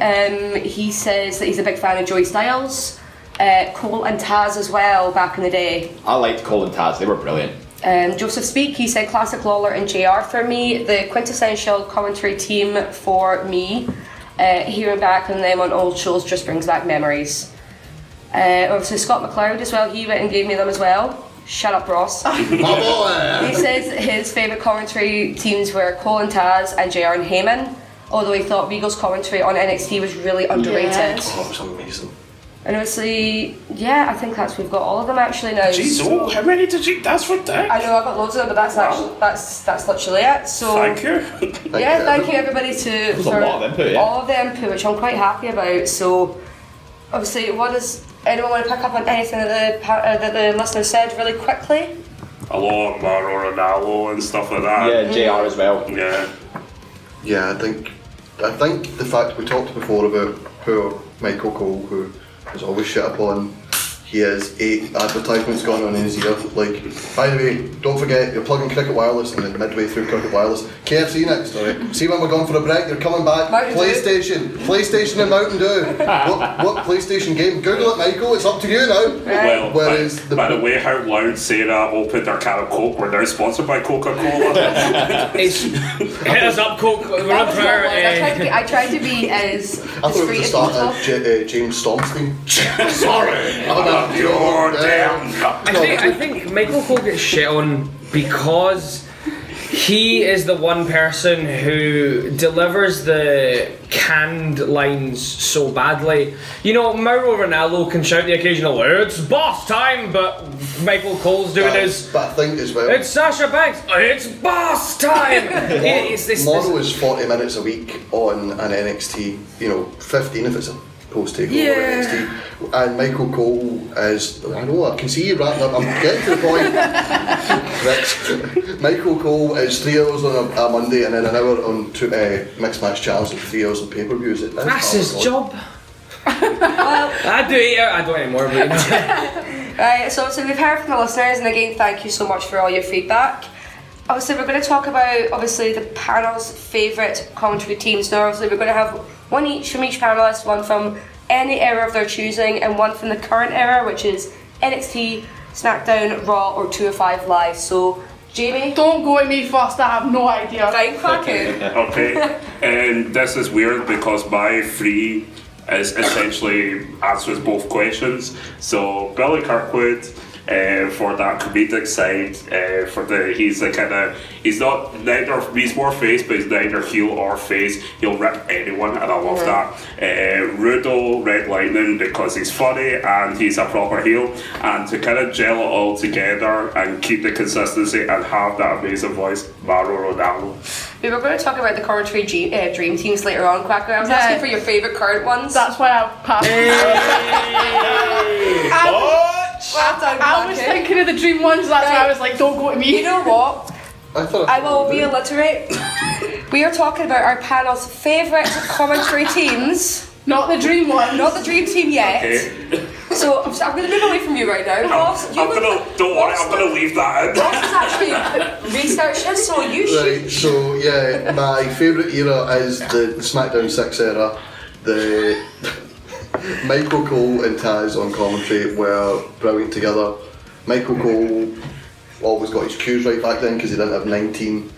Speaker 2: um, he says that he's a big fan of Joy Styles, uh, Cole and Taz as well back in the day.
Speaker 7: I liked Colin Taz; they were brilliant.
Speaker 2: Um, Joseph Speak, he said classic Lawler and JR for me, the quintessential commentary team for me. Uh, hearing back from them on old shows just brings back memories. Uh, obviously, Scott McLeod as well, he went and gave me them as well. Shut up, Ross.
Speaker 8: My
Speaker 2: He says his favourite commentary teams were Cole and Taz and JR and Heyman, although he thought Regal's commentary on NXT was really underrated.
Speaker 8: Oh, it was amazing.
Speaker 2: And obviously, yeah, I think that's we've got all of them actually now.
Speaker 6: Jeez, oh, how many did you? That's for that.
Speaker 2: I know I've got loads of them, but that's actually, that's that's literally it. So
Speaker 6: Thank you.
Speaker 2: yeah, thank you everybody to
Speaker 6: There's a
Speaker 2: for
Speaker 6: lot of input, yeah.
Speaker 2: all of the input, which I'm quite happy about. So obviously, what does anyone want to pick up on anything that the par- uh, that the listener said really quickly?
Speaker 6: A lot of Maro Ronaldo and stuff like that.
Speaker 7: Yeah, JR as well.
Speaker 6: Yeah.
Speaker 8: Yeah, I think I think the fact we talked before about poor Michael Cole, who was always shit upon. He has eight advertisements going on in his ear. Like, by the way, don't forget you're plugging Cricket Wireless, and then midway through Cricket Wireless, KFC next. All right. See when we're gone for a break. You're coming back.
Speaker 2: Mountain Dew.
Speaker 8: PlayStation, PlayStation and Mountain Dew. what, what PlayStation game? Google it, Michael. It's up to you now.
Speaker 6: Well,
Speaker 8: Whereas
Speaker 6: by, by the way, how loud Sarah opened their can of Coke. We're now sponsored by Coca
Speaker 4: *laughs*
Speaker 6: Cola. *laughs*
Speaker 4: Hit us up, Coke. We're
Speaker 2: That
Speaker 4: on
Speaker 2: was not one.
Speaker 4: prayer.
Speaker 2: I tried to be, I tried to be as
Speaker 8: I thought it was
Speaker 2: discreet
Speaker 8: the
Speaker 2: as
Speaker 8: start
Speaker 2: possible.
Speaker 8: of J- uh, James
Speaker 6: *laughs*
Speaker 8: Stormstein.
Speaker 6: Sorry,
Speaker 8: about
Speaker 6: your
Speaker 8: damn.
Speaker 4: I think, I think Michael Cole gets shit on because he is the one person who delivers the canned lines so badly. You know, Mauro Ronaldo can shout the occasional "It's boss time," but Michael Cole's doing his
Speaker 8: But I think as well.
Speaker 4: "It's Sasha Banks, it's boss
Speaker 8: *laughs*
Speaker 4: time." It- it's, it's,
Speaker 8: Morrow is 40 minutes a week on an NXT, you know, 15 if it's a post takeover
Speaker 4: Yeah.
Speaker 8: NXT. And Michael Cole is, I know, I can see you wrapping up, I'm getting to the
Speaker 4: *laughs*
Speaker 8: point. Rick. Michael Cole is three hours on a, a Monday and then an hour on two, uh, Mixed Match Challenge and three hours on pay per views.
Speaker 4: that's his job. I do eat out. I don't anymore, but you know.
Speaker 2: Right, so obviously we've heard from the listeners, and again, thank you so much for all your feedback. Obviously, we're going to talk about obviously the panel's favourite commentary teams. Now, obviously, we're going to have one each from each panelist, one from any era of their choosing, and one from the current era, which is NXT, SmackDown, Raw, or 205 Live. So, Jamie,
Speaker 3: Don't go at me first, I have no idea.
Speaker 2: Right, fuck it. *laughs*
Speaker 6: okay, and this is weird because my three is essentially answers both questions. So Billy Kirkwood. Uh, for that comedic side, uh, for the he's the kind of he's not neither he's more face, but he's neither heel or face. He'll rip anyone, and I love
Speaker 14: Mhm.
Speaker 6: that.
Speaker 2: Mm-hmm.
Speaker 6: Uh, Rudo Red Lightning because he's funny and he's a proper heel, and to kind of gel it all together and keep the consistency and have that amazing voice, Mauro Ronaldo.
Speaker 2: we were going to talk about the commentary G- uh, dream teams later on, Quacker. I was
Speaker 3: Yeah.
Speaker 2: asking for your favourite current ones.
Speaker 3: That's why I passed. I,
Speaker 6: Oh.
Speaker 2: Well done,
Speaker 3: I was
Speaker 2: Quacker.
Speaker 3: thinking of the dream ones, that's why I was like, don't go at me.
Speaker 2: You know what?
Speaker 8: I thought
Speaker 2: I will reiterate. we are talking about our panel's favourite commentary teams.
Speaker 3: Not the dream one.
Speaker 2: Not the dream team yet. So I'm, I'm going to move away from you right now. Ross, you
Speaker 6: I'm gonna don't worry, I'm gonna leave that *laughs* in.
Speaker 2: Ross has actually researched this, so you should.
Speaker 8: Right, so yeah, my favourite era is the SmackDown 6 era. The *laughs* Michael Cole and Taz on commentary were brilliant together. Michael Cole always got his cues right back then because he didn't have 19,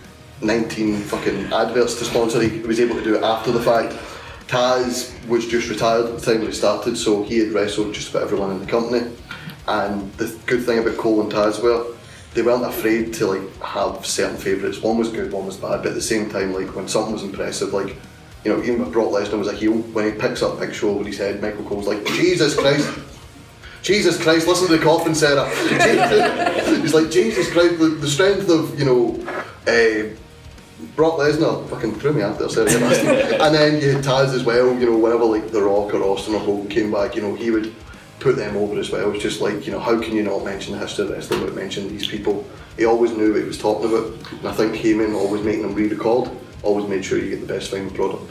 Speaker 8: 19 fucking adverts to sponsor. He was able to do it after the fact. Taz was just retired at the time that he started, so he had wrestled just about everyone in the company. And the good thing about Cole and Taz were they weren't afraid to like have certain favourites. One was good, one was bad, but at the same time, like when something was impressive, like you know, even when Brock Lesnar was a heel, when he picks up Big Show over his head, Michael Cole's like, Jesus Christ, Jesus Christ, *laughs* listen to the coffin, Sarah. Jesus- He's like, Jesus Christ, the, the strength of, you know, Uh, Brock Lesnar fucking threw me after I said it. and then you had Taz as well, you know, whenever like The Rock or Austin or Hogan came back, you know, he would put them over as well. It's just like, you know, how can you not mention the history of wrestling but mention these people? He always knew what he was talking about. And I think Heyman always making them re-record, always made sure you get the best final product.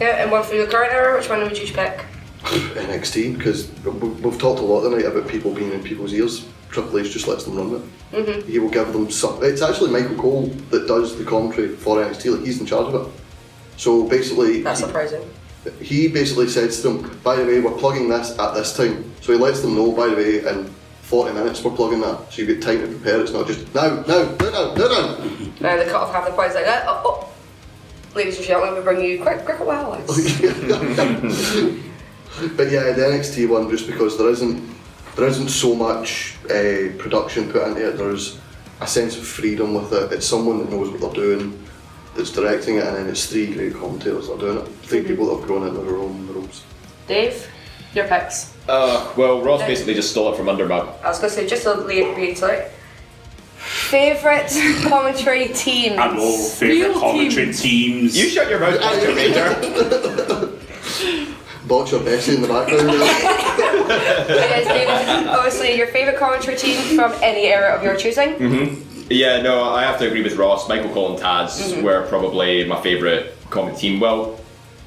Speaker 2: Yeah, and one from the current era, which one would you pick?
Speaker 8: NXT, because we've talked a lot tonight about people being in people's ears. Triple H just lets them run with it.
Speaker 2: Mm-hmm.
Speaker 8: he will give them some. It's actually Michael Cole that does the commentary for NXT. Like he's in charge of it. So basically,
Speaker 2: That's surprising.
Speaker 8: he basically says to them, "By the way, we're plugging this at this time." So he lets them know, "By the way, in 40 minutes we're plugging that." So you've got time to prepare. It's not just now, now, now, now, now, now.
Speaker 2: Now they cut off half the points like that. Oh, oh. Ladies and gentlemen, we bring you quick, quick wow.
Speaker 8: *laughs* but yeah, the NXT one just because there isn't there isn't so much uh, production put into it. There's a sense of freedom with it. It's someone that knows what they're doing, that's directing it, and then it's three great commentators that are doing it. 3
Speaker 2: Mm-hmm.
Speaker 8: people that have grown into their own roles.
Speaker 2: Dave, your picks.
Speaker 7: Uh, well, Ross basically just stole it from under
Speaker 3: *laughs*
Speaker 7: my.
Speaker 2: I was going to say, just to le- reiterate. Favourite commentary team? Uh,
Speaker 6: And all favourite commentary teams. You
Speaker 7: shut your mouth, Mr.
Speaker 2: *laughs*
Speaker 8: Botcher Bessie in the
Speaker 2: *laughs*
Speaker 8: background.
Speaker 2: Yes, David, obviously, your favourite commentary team from any era of your
Speaker 7: *laughs*
Speaker 2: choosing.
Speaker 7: Mm-hmm. Yeah, no, I have to agree with Ross. Michael Cole and Taz
Speaker 3: Mm-hmm.
Speaker 2: Mhm.
Speaker 7: were probably my favourite comment team. Well,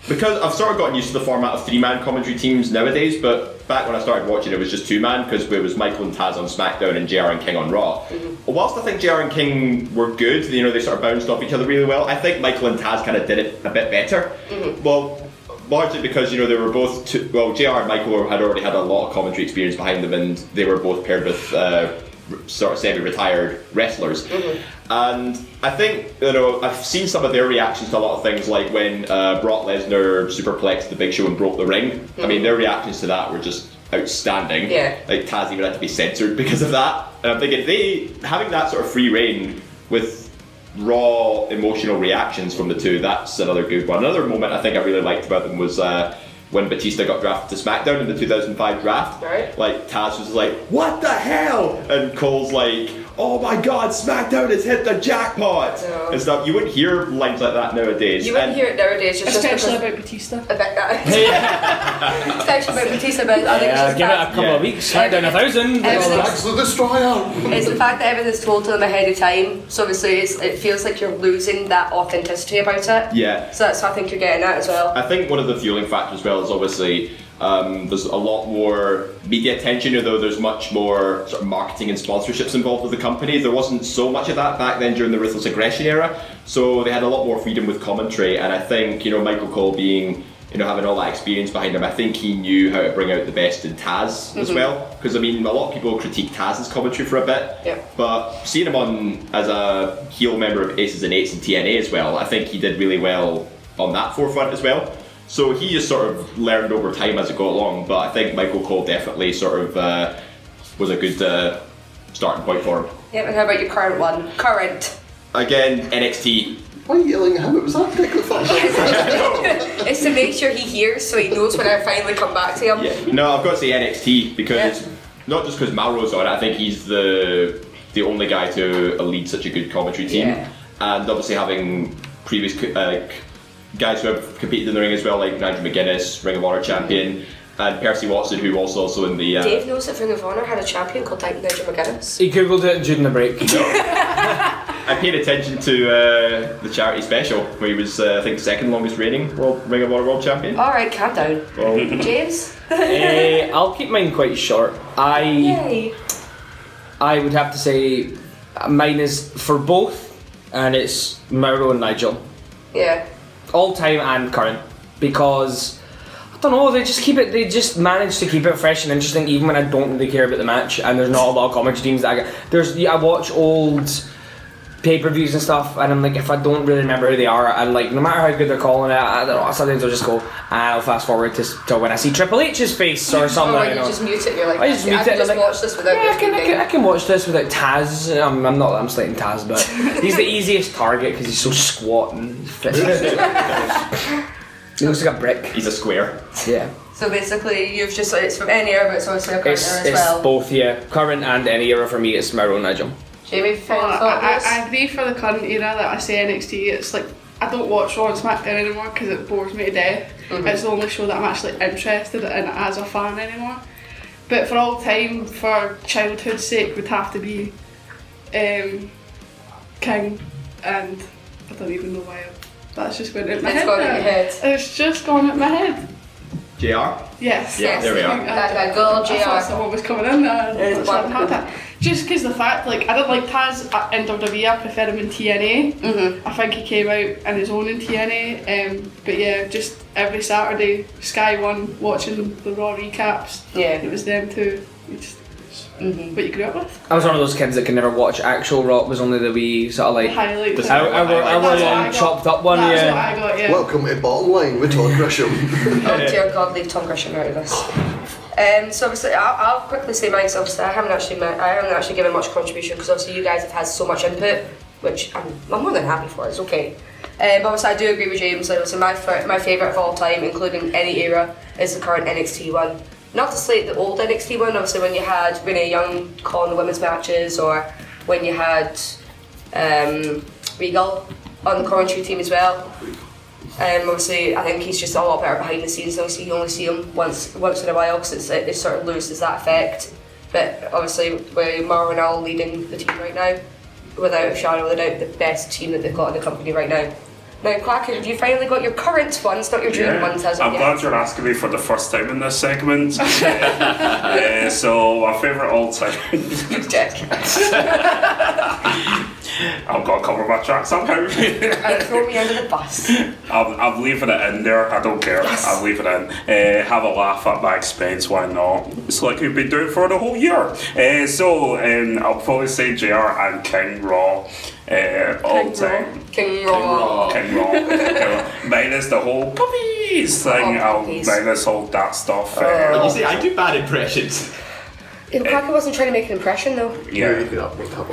Speaker 7: because I've sort of gotten used to the format of three man commentary teams nowadays, but back when I started watching, it was just two man because it was Michael and Taz on SmackDown and JR and King on Raw. Whilst I think JR and King were good, you know, they sort of bounced off each other really well, I think Michael and Taz kind of did it a bit better. Well, largely because you know they were both two, well JR and Michael had already had a lot of commentary experience behind them and they were both paired with uh, r- sort of semi-retired wrestlers
Speaker 14: Mm-hmm.
Speaker 7: and I think you know I've seen some of their reactions to a lot of things like when uh, Brock Lesnar superplexed the Big Show and broke the ring I mean their reactions to that were just outstanding
Speaker 2: Mm-hmm. Yeah.
Speaker 7: like Taz even had to be censored because of that and I'm thinking they having that sort of free reign with raw emotional reactions from the two. That's another good one. Another moment I think I really liked about them was uh, when Batista got drafted to SmackDown in the 2005 draft.
Speaker 2: Right.
Speaker 7: Like Taz was like, "What the hell?" and Cole's like, "Oh my God, SmackDown has hit the jackpot!"
Speaker 2: Yeah.
Speaker 7: and stuff. You wouldn't hear lines like that nowadays.
Speaker 2: You wouldn't
Speaker 7: And-
Speaker 2: hear it nowadays, just
Speaker 3: Especially
Speaker 2: just
Speaker 3: about Batista.
Speaker 2: About that. Especially about Batista, but *laughs* I think it's just
Speaker 5: give it a
Speaker 2: that-
Speaker 5: couple of weeks. Smack down a thousand.
Speaker 2: Yeah.
Speaker 5: all that.
Speaker 2: It's the It's the fact that everything's told to them ahead of time, so obviously it's, it feels like you're losing that authenticity about it.
Speaker 7: Yeah.
Speaker 2: So that's what I think you're getting at as well.
Speaker 7: I think one of the fueling factors, well, is obviously um, there's a lot more media attention, although there's much more sort of marketing and sponsorships involved with the company. There wasn't so much of that back then during the Ruthless Aggression era, so they had a lot more freedom with commentary. And I think you know Michael Cole being you know having all that experience behind him, I think he knew how to bring out the best in Taz as
Speaker 2: Mhm.
Speaker 7: well. Because I mean, a lot of people critique Taz's commentary for a bit,
Speaker 2: Yeah.
Speaker 7: but seeing him on as a heel member of Aces and Eights and TNA as well, I think he did really well on that forefront as well. So he just sort of learned over time as it go along. But I think Michael Cole definitely sort of uh, was a good uh, starting point for him.
Speaker 2: Yeah, and how about your current one? Current.
Speaker 7: Again, NXT.
Speaker 8: Why are you yelling at him? It was that particular
Speaker 2: *laughs* it's to make sure he hears so he knows when I finally come back to him.
Speaker 7: Yeah. No, I've got to say NXT because it's not just because Malro's on it. I think he's the the only guy to lead such a good commentary team,
Speaker 2: Yeah.
Speaker 7: and obviously having previous co- uh, guys who have competed in the ring as well, like Andrew McGuinness, Ring of Honor champion, and Percy Watson, who was also in the. Uh,
Speaker 2: Dave knows that Ring of Honor had a champion called Titan Ninja McGuinness.
Speaker 7: He googled it during the break. *laughs* I paid attention to uh, the charity special where he was, uh, I think, second longest reigning world, Ring of Honor world champion.
Speaker 2: Alright, calm down.
Speaker 7: Well-
Speaker 2: James?
Speaker 4: Eh, I'll keep mine quite short. I
Speaker 2: *laughs* Yay.
Speaker 4: I would have to say uh, mine is for both, and it's Mauro and Nigel,
Speaker 2: Yeah.
Speaker 4: all time and current, because I don't know they just keep it. They just manage to keep it fresh and interesting, even when I don't really care about the match. And there's not a lot of commentary teams that I get. There's yeah, I watch old pay per views and stuff, and I'm like, if I don't really remember who they are, and like, no matter how good they're calling it, I don't know, sometimes I'll just go, "Ah, I'll fast forward to, to when I see Triple H's face
Speaker 2: *laughs*
Speaker 4: or something.
Speaker 2: Alright,
Speaker 4: you
Speaker 2: you
Speaker 4: know.
Speaker 2: Oh, just mute it, you're like,
Speaker 4: I just
Speaker 2: "Yeah,
Speaker 4: mute
Speaker 2: I
Speaker 4: it,
Speaker 2: can
Speaker 4: I'm
Speaker 2: just
Speaker 4: like,
Speaker 2: watch this without
Speaker 4: yeah, I can, I,
Speaker 2: listening."
Speaker 4: can, I can watch this without Taz. I'm, I'm not. I'm slating Taz, but he's the easiest target because he's so squat and fit. he looks like a brick.
Speaker 7: He's a square.
Speaker 4: Yeah,
Speaker 2: So basically, you've just, it's from any era, but it's obviously a current
Speaker 4: it's,
Speaker 2: era as
Speaker 4: it's
Speaker 2: well.
Speaker 4: both yeah, current and any era for me. It's Maro Nigel.
Speaker 2: Jamie, final
Speaker 3: Well,
Speaker 2: thought.
Speaker 3: I,
Speaker 2: please?
Speaker 3: I, I agree for the current era that I say NXT. It's like I don't watch Raw and SmackDown anymore because it bores me to death.
Speaker 2: Mhm.
Speaker 3: It's the only show that I'm actually interested in as a fan anymore. But for all time, for childhood's sake, would have to be um, King, and I don't even know why. That's just went at my
Speaker 2: It's
Speaker 3: head.
Speaker 2: gone at your
Speaker 3: now.
Speaker 2: head.
Speaker 3: It's just gone at my head.
Speaker 7: JR?
Speaker 3: Yes.
Speaker 7: Yeah, there we are.
Speaker 2: That- that girl,
Speaker 3: I
Speaker 2: JR.
Speaker 3: thought someone was coming in there.
Speaker 2: It is
Speaker 3: That's why I
Speaker 2: one.
Speaker 3: had that. Just because the fact, like, I don't like Taz at- in WWE, I prefer him in TNA.
Speaker 2: Mm-hmm.
Speaker 3: I think he came out on his own in TNA. Um, but yeah, just every Saturday, Sky One, watching the Raw recaps.
Speaker 2: Yeah. Mm-hmm.
Speaker 3: It was them two. You just, What you grew up with.
Speaker 4: I was one of those kids that could never watch actual rock. Was only the wee sort of like
Speaker 3: The highlights.
Speaker 4: the hour, hour,
Speaker 3: That's what I
Speaker 4: long
Speaker 3: got.
Speaker 4: chopped up one.
Speaker 3: That's
Speaker 4: yeah.
Speaker 3: what I got, yeah.
Speaker 8: Welcome to Bottom Line with Todd
Speaker 7: *laughs*
Speaker 8: Grisham.
Speaker 2: *laughs* Oh dear God, leave Tom Grisham out of this. Um, so obviously, I'll, I'll quickly say mine. 'cause Obviously, I haven't actually met, I haven't actually given much contribution because obviously you guys have had so much input, which I'm, I'm more than happy for. It's okay. Um, but obviously, I do agree with James. Like, obviously, my fir- my favorite of all time, including any era, is the current NXT one. Not to slate the old NXT one. Obviously, when you had Renee Young calling the women's matches, or when you had um, Regal on the commentary team as well. Um, obviously, I think he's just a lot better behind the scenes. Obviously, you only see him once once in a while because it, it sort of loses that effect. But obviously, with Mar and Al leading the team right now, without a shadow of a doubt, the best team that they've got in the company right now. Now, Quacken, you finally got your current ones, not your dream
Speaker 6: Yeah.
Speaker 2: ones, as of
Speaker 6: I'm
Speaker 2: yet.
Speaker 6: glad you're asking me for the first time in this
Speaker 2: *laughs*
Speaker 6: segment. Uh, so, my favourite all time. *laughs* I've got to cover my tracks somehow.
Speaker 2: *laughs* and throw me under the
Speaker 6: *laughs*
Speaker 2: bus.
Speaker 6: I'm, I'm leaving it in there. I don't care. I'm leaving it in. Uh, have a laugh at my expense. Why not? It's like we've been doing for the whole year. Uh, so um, I'll probably say JR and King Raw uh, all
Speaker 2: King
Speaker 6: time.
Speaker 2: Raw. King
Speaker 7: Oh.
Speaker 2: Raw.
Speaker 6: King
Speaker 2: *laughs*
Speaker 6: Raw. King Raw. Minus the whole puppies thing.
Speaker 2: Oh,
Speaker 6: I'll
Speaker 2: puppies.
Speaker 6: minus all that stuff. uh,
Speaker 2: Oh. You see,
Speaker 7: I do bad impressions.
Speaker 2: Yeah, Quacken wasn't trying to make an impression though.
Speaker 6: Yeah.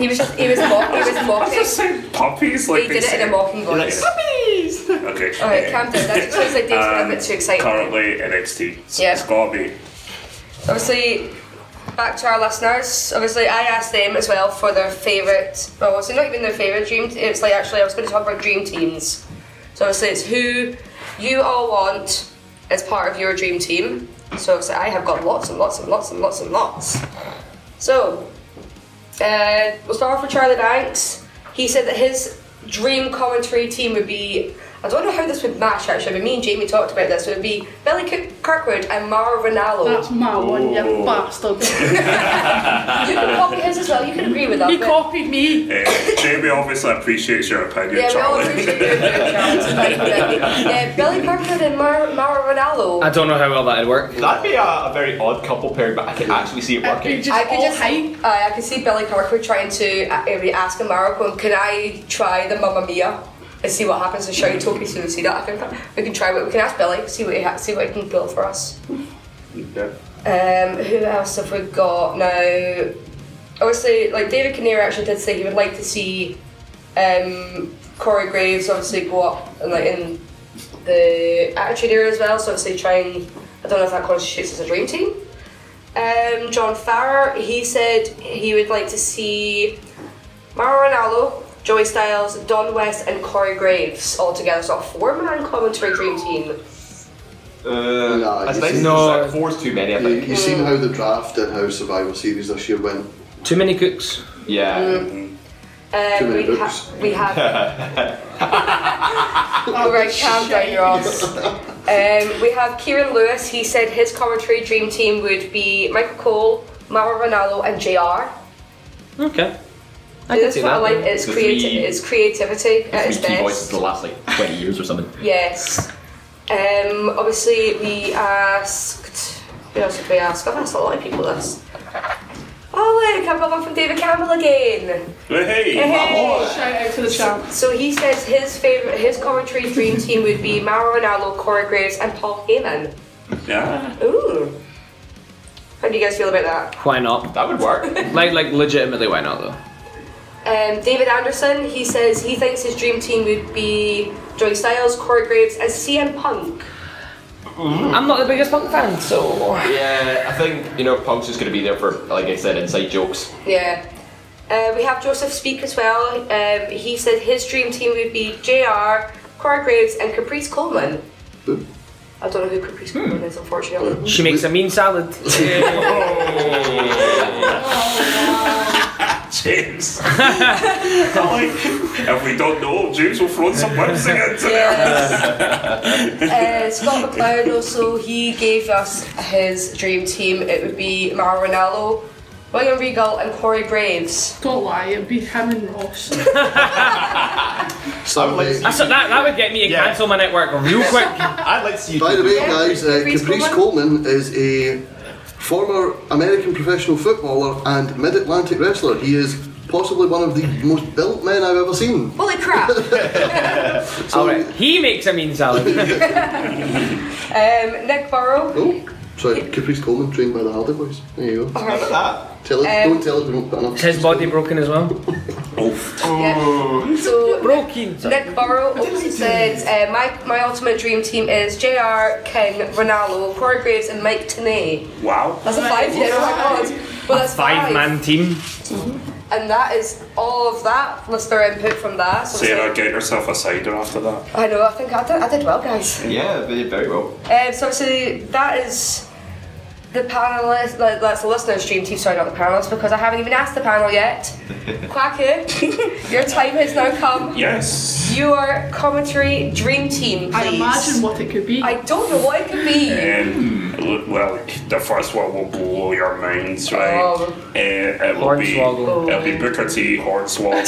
Speaker 2: He was just he
Speaker 6: *laughs*
Speaker 2: was mocking. He was mocking.
Speaker 6: Puppies, like
Speaker 2: he
Speaker 6: they
Speaker 2: did it in
Speaker 6: say.
Speaker 2: a mocking voice.
Speaker 6: Puppies. Okay.
Speaker 2: Alright, calm down. That just sounds like Dave's getting a bit too excited.
Speaker 6: Currently NXT. So
Speaker 2: Yeah.
Speaker 6: It's gotta
Speaker 2: *laughs*
Speaker 6: be.
Speaker 2: Obviously, back to our listeners. Obviously, I asked them as well for their favourite. Well, it's not even their favourite dream. It's like actually, I was going to talk about dream teams. So obviously, it's who you all want as part of your dream team. So obviously, I have got lots and lots and lots and lots and lots. So uh, we'll start off with Charlie Banks. He said that his dream commentary team would be. I don't know how this would match actually, but me and Jamie talked about this. It would be Billy Kirk- Kirkwood and Mara Ronaldo.
Speaker 3: That's my one, you
Speaker 2: *laughs*
Speaker 3: bastard.
Speaker 2: You can copy his as well. You can agree with that.
Speaker 3: He
Speaker 2: but-
Speaker 3: copied me.
Speaker 6: Uh, Jamie obviously appreciates your opinion,
Speaker 2: Yeah, we all
Speaker 6: Charlie.
Speaker 2: appreciate your opinion, Charles. Thank you.
Speaker 6: *laughs*
Speaker 2: Yeah, Billy Parker and Mar- Mara Ronaldo.
Speaker 4: I don't know how well that'd work.
Speaker 7: That'd be a, a very odd couple pairing, but I can actually see it working.
Speaker 2: I could just hype. I could see Billy Parker trying to uh, maybe ask a Mara, going, "Can I try the Mamma Mia and see what happens?" And show you Topi so we see that. I can, we can try. it. We can ask Billy, see what he ha- see what he can build for us. Um, who else have we got now? Obviously, like David Kinnear actually did say he would like to see um, Corey Graves obviously go up and like in the Attitude Era as well. So obviously try and I don't know if that constitutes as a dream team. Um, John Farrar he said he would like to see Mara Ronaldo, Joey Styles, Don West, and Corey Graves all together. So a four-man commentary dream team.
Speaker 7: Uh,
Speaker 8: Nah,
Speaker 7: that's
Speaker 8: you
Speaker 7: nice.
Speaker 8: see-
Speaker 7: it's like Four's too many, I
Speaker 8: You,
Speaker 7: think.
Speaker 8: you've seen
Speaker 2: Mm.
Speaker 8: how the draft and how Survivor Series this year went.
Speaker 4: Too many cooks.
Speaker 7: Yeah.
Speaker 8: Too
Speaker 2: Um,
Speaker 8: many
Speaker 2: we,
Speaker 8: books.
Speaker 2: ha- Mm. we
Speaker 8: *laughs*
Speaker 2: have.
Speaker 7: *laughs*
Speaker 2: All right, calm down, your arse. Um, we have Kieran Lewis. He said his commentary dream team would be Michael Cole, Mara Ronaldo, and Jr.
Speaker 4: Okay. I
Speaker 2: This
Speaker 4: can see
Speaker 2: what I
Speaker 4: that.
Speaker 2: like is
Speaker 7: The
Speaker 2: creati-
Speaker 7: three-
Speaker 2: it's creativity at its
Speaker 7: Three key voices
Speaker 2: best.
Speaker 7: the last like 20 years or something.
Speaker 2: Yes. Um, obviously, we asked. Who else did we ask? I've asked a lot of people this. Oh look, I've got one from David Campbell again.
Speaker 6: Hey,
Speaker 3: Shout out to the champ.
Speaker 2: So he says his favorite, his commentary dream team would be Mauro Ronaldo, Corey Graves, and Paul Heyman.
Speaker 6: Yeah.
Speaker 2: Ooh. How do you guys feel about that?
Speaker 4: Why not?
Speaker 7: That would work.
Speaker 4: like, like legitimately, why not though?
Speaker 2: Um, David Anderson, he says he thinks his dream team would be Joey Styles, Corey Graves, and CM Punk.
Speaker 4: Mm.
Speaker 7: Mm.
Speaker 4: I'm not the biggest punk fan, so.
Speaker 7: Yeah, I think, you know, Punk's just going to be there for, like I said, inside jokes.
Speaker 2: Yeah. Uh, we have Joseph Speak as well. Um, he said his dream team would be JR, Cora Graves, and Caprice Coleman. I don't know who Caprice
Speaker 4: Hmm.
Speaker 2: Coleman is, unfortunately.
Speaker 4: She makes a mean
Speaker 7: *laughs*
Speaker 4: salad.
Speaker 7: Oh.
Speaker 2: *laughs*
Speaker 6: James. like, if we don't know, James will throw some whips
Speaker 2: *laughs*
Speaker 6: against
Speaker 2: uh, Scott McLeod also he gave us his dream team. It would be Mara Ronaldo, William Regal, and Corey Graves.
Speaker 3: Don't lie, it'd be him and Ross.
Speaker 4: That's, that, that would get me to cancel my network real quick. I'd
Speaker 7: like to see
Speaker 8: By the way, guys, uh, Caprice Coleman is a former American professional footballer and Mid Atlantic wrestler. He is possibly one of the most built men I've ever seen.
Speaker 2: Holy crap!
Speaker 4: All right. He makes a mean salad.
Speaker 2: Um, Nick Burrow.
Speaker 8: Oh, *laughs* sorry, Caprice Coleman, trained by the Hardy Boys. There you go.
Speaker 2: Alright.
Speaker 8: Tell us,
Speaker 2: Um,
Speaker 8: don't tell us we won't put enough.
Speaker 4: His body broken as well.
Speaker 2: Yeah. So
Speaker 4: Broken.
Speaker 2: Nick Burrow also says uh, my my ultimate dream team is JR, King, Ronaldo, Corey Graves, and Mike Tanay.
Speaker 6: Wow.
Speaker 2: That's a five there. Oh my god. Well, that's
Speaker 4: Five man team.
Speaker 2: And that is all of that listener input from that. So it's
Speaker 6: Sarah, get yourself a cider after that.
Speaker 2: like- I know. I think I did, I did well, guys.
Speaker 7: Yeah, they did very well.
Speaker 2: Um, so obviously that is the panelist. Like, that's the listener's dream team. Sorry, not the panelist because I haven't even asked the panel
Speaker 7: *laughs*
Speaker 2: yet. Quacky, *laughs* your time has now come.
Speaker 6: Yes.
Speaker 2: Your commentary dream team. Please.
Speaker 3: I imagine what it could be.
Speaker 2: I don't know what it could be.
Speaker 6: Um, l- well, the first one will blow your minds, right?
Speaker 2: Oh.
Speaker 6: Uh, it will be,
Speaker 4: Hornswoggle.
Speaker 6: it'll be Booker T, Hornswoggle.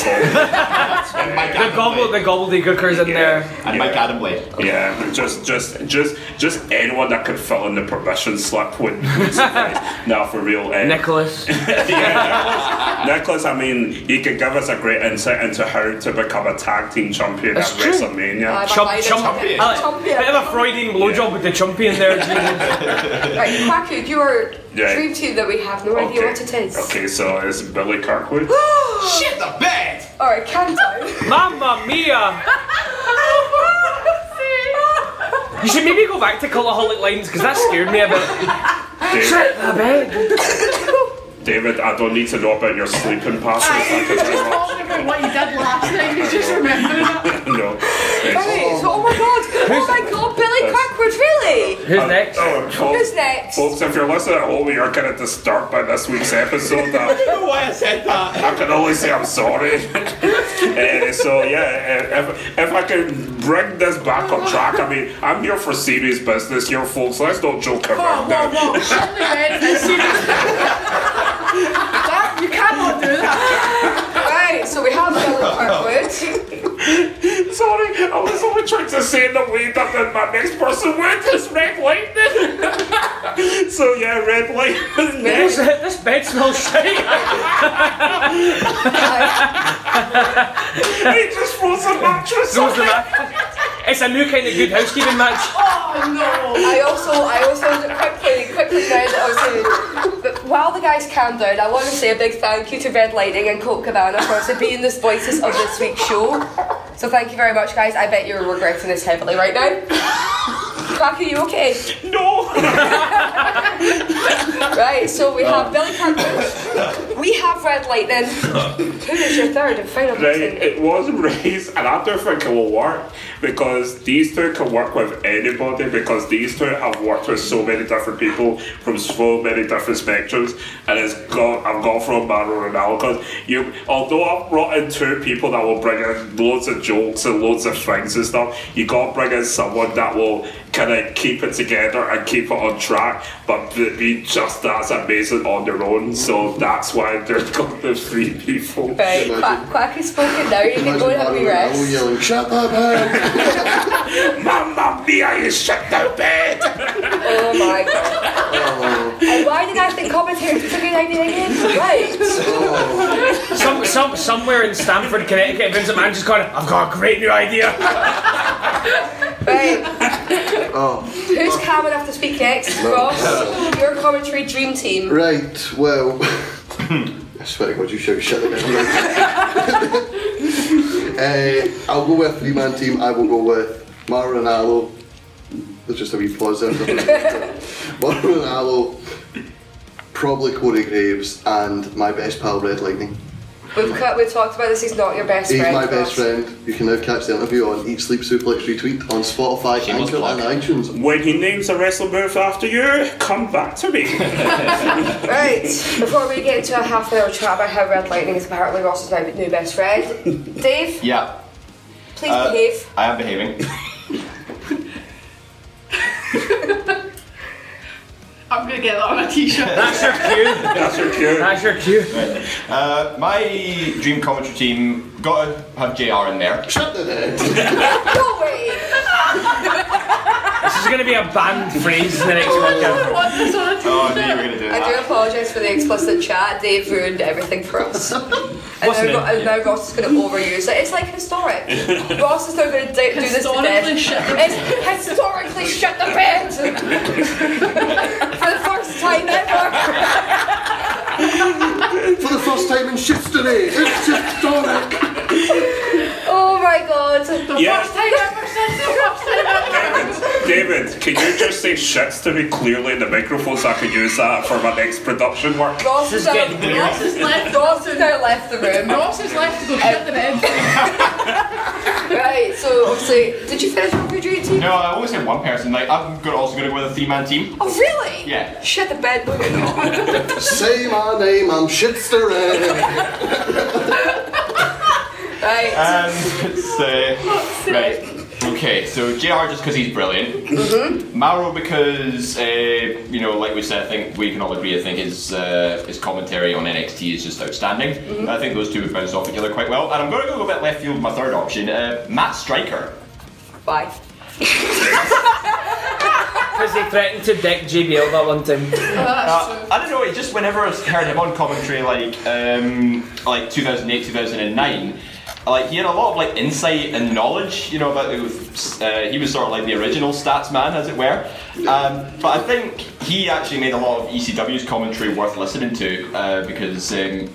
Speaker 6: *laughs*
Speaker 4: The gobble, the gobbledygooker's in there.
Speaker 7: And Mike Adam Blade.
Speaker 6: yeah, just, just, just, just anyone that could fill in the permission slip would.
Speaker 4: *laughs*
Speaker 6: now, for real. Uh, *laughs*
Speaker 4: Nicholas.
Speaker 6: Nicholas, I mean, he could give us a great insight into how to become a tag team champion
Speaker 4: That's
Speaker 6: at
Speaker 4: true.
Speaker 6: WrestleMania.
Speaker 4: Chump,
Speaker 2: Like the
Speaker 4: chump.
Speaker 2: chumpy.
Speaker 4: I like-
Speaker 2: Chumpy.
Speaker 4: Bit of a Freudian blowjob with the chumpy in there.
Speaker 2: Right, Quacky, your
Speaker 6: Yeah.
Speaker 2: dream team that we have no idea what it is.
Speaker 6: Okay, so it's Billy
Speaker 4: *gasps*
Speaker 6: Kirkwood.
Speaker 7: Shit the bed!
Speaker 2: Alright,
Speaker 3: *laughs*
Speaker 2: calm down.
Speaker 4: Mamma mia! You should maybe go back to colourholic lines because that scared me a bit.
Speaker 6: David,
Speaker 4: Shit the bed.
Speaker 6: David, I don't need to know about your sleeping passes. I can
Speaker 3: *laughs*
Speaker 6: tell you
Speaker 3: Talking about what you did last night, *laughs* you just remembering
Speaker 6: *laughs*
Speaker 3: it.
Speaker 6: No.
Speaker 2: Right, so- oh my god! Oh my god, Billy Kirkwood, really?
Speaker 7: *laughs*
Speaker 4: Who's next?
Speaker 6: Oh, folks-
Speaker 2: Who's next?
Speaker 6: Folks, if you're listening at home, you're kind of disturbed by this week's episode.
Speaker 7: *laughs* I
Speaker 6: I,
Speaker 7: don't know why I said that.
Speaker 6: I can only say I'm sorry. *laughs* Eh, so yeah, eh, if, if I can bring this back on track, I mean, I'm here for serious business here, folks. Let's not joke around now.
Speaker 3: Surely Red is serious.
Speaker 2: *laughs*
Speaker 3: That- you cannot do that.
Speaker 2: Right, so we have Billy Kirkwood.
Speaker 6: *laughs* Sorry, I was only trying to say in the way that then my next person went is red lightning. *laughs* so yeah, red lightning.
Speaker 4: This,
Speaker 6: next.
Speaker 4: this bed smells shit.
Speaker 6: he just throws a
Speaker 2: *laughs*
Speaker 6: mattress.
Speaker 4: Throws the
Speaker 6: on it.
Speaker 4: mat- It's a new kind of good housekeeping match.
Speaker 2: I also, I also quickly, quickly now that I was but while the guys calm down, I want to say a big thank you to Red Lighting and Coke Cabana for also being the voices of this week's show. So thank you very much, guys. I bet you're regretting this heavily right now. Crack, are you okay?
Speaker 6: No.
Speaker 2: *laughs* Right, so we have Billy
Speaker 6: *laughs*
Speaker 2: Kirkwood, we have Red Lightning. Who is your third and final
Speaker 6: Right,
Speaker 2: person?
Speaker 6: it was *laughs* raised, and I don't think it will work because these two can work with anybody because these two have worked with so many different people from so many different spectrums, and it's gone. I've gone from Mario Ronaldo because you, although I've brought in two people that will bring in loads of jokes and loads of things and stuff, you got to bring in someone that will kind of keep it together and keep it on track, but be just as amazing on their own. So that's why they're *laughs* got the three people.
Speaker 2: Right, Quack, Quack has spoken now, you can go and have a wee
Speaker 8: Mario Ronaldo
Speaker 2: rest.
Speaker 8: yelling, "Shut up,
Speaker 6: *laughs*
Speaker 8: man!"
Speaker 6: Mamma mia, you shut down bed!
Speaker 2: Oh my god.
Speaker 8: Oh.
Speaker 2: And why did I think commentary was a good idea again? Right.
Speaker 4: Some, some, somewhere in Stamford, Connecticut, Vincent Mann just gone, I've got a great new idea.
Speaker 2: Right.
Speaker 8: Oh,
Speaker 2: Who's calm enough to speak next? Ross, your commentary dream team.
Speaker 8: right. Well, *coughs* I swear to God, you shout shit again. *laughs* uh, I'll go with three man team. I will go with Mario Ronaldo. There's just a wee pause there. *laughs* Mario Ronaldo, probably Corey Graves, and my best pal Red Lightning.
Speaker 2: We've cut, we talked about this. He's not your best
Speaker 8: He's
Speaker 2: friend.
Speaker 8: my best friend. You can now catch the interview on Eat Sleep Suplex Retweet on Spotify, Anchor, and iTunes.
Speaker 6: When he names a wrestling move
Speaker 2: *laughs*
Speaker 6: after you, come back to me.
Speaker 2: right. Before we get into a half an hour chat about how Red Lightning is apparently Ross's now new best friend, Dave,
Speaker 7: Yeah.
Speaker 2: please
Speaker 7: Uh,
Speaker 2: behave.
Speaker 7: I am behaving. *laughs*
Speaker 3: I'm gonna get that on a t-shirt.
Speaker 7: That's your cue. That's your cue. Uh, my dream commentary team gotta have JR in there. Shut
Speaker 4: *laughs*
Speaker 2: no way.
Speaker 4: This is going to be a banned phrase in the next
Speaker 2: *laughs*
Speaker 4: podcast.
Speaker 7: Oh, I knew you were gonna do
Speaker 2: I do
Speaker 7: that.
Speaker 2: apologise for the explicit chat. Dave ruined everything for
Speaker 7: *laughs*
Speaker 2: us. And
Speaker 7: Wasn't
Speaker 2: now, Ro- and now Ross is going to overuse it. It's like
Speaker 7: *laughs*
Speaker 2: historic. Ross is now going to do this to death.
Speaker 3: Historically shut the
Speaker 2: It's historically shut the bed. *laughs* for the first time ever.
Speaker 8: For the first time in shifts today, it's just Doric.
Speaker 2: Oh my god. The
Speaker 6: Yeah.
Speaker 2: first time ever since the first time ever.
Speaker 6: *laughs* David, can you just say shits to me clearly in the microphone so I can use that for my next production work?
Speaker 2: Ross is out. Ross has
Speaker 6: *laughs*
Speaker 2: left. Ross has now left the room. Ross has left to go shut the bed. *laughs* right. So obviously, did you finish off your dream team?
Speaker 7: No, I always had one person. Like I'm gonna also gonna go with a three-man team.
Speaker 2: Oh really?
Speaker 4: *laughs*
Speaker 7: Yeah.
Speaker 2: Shut the bed.
Speaker 8: Say my name, I'm shitster.
Speaker 2: right.
Speaker 7: And *laughs* it's, uh, right. Okay, so JR just because he's brilliant. Maro because uh, you know, like we said, I think we can all agree. I think his uh, his commentary on NXT is just outstanding.
Speaker 14: Mhm.
Speaker 7: I think those two would bounce off each other quite well. And I'm going to go a bit left field. with My third option, uh, Matt Stryker.
Speaker 4: *laughs*
Speaker 2: Bye.
Speaker 4: Because he threatened to deck JBL that one time.
Speaker 7: Uh, I don't know. It just whenever I heard him on commentary, like um, like 2008, 2009, like he had a lot of like insight and knowledge, you know, about uh, he was sort of like the original stats man, as it were. Um, but I think he actually made a lot of ECW's commentary worth listening to uh, because. Um,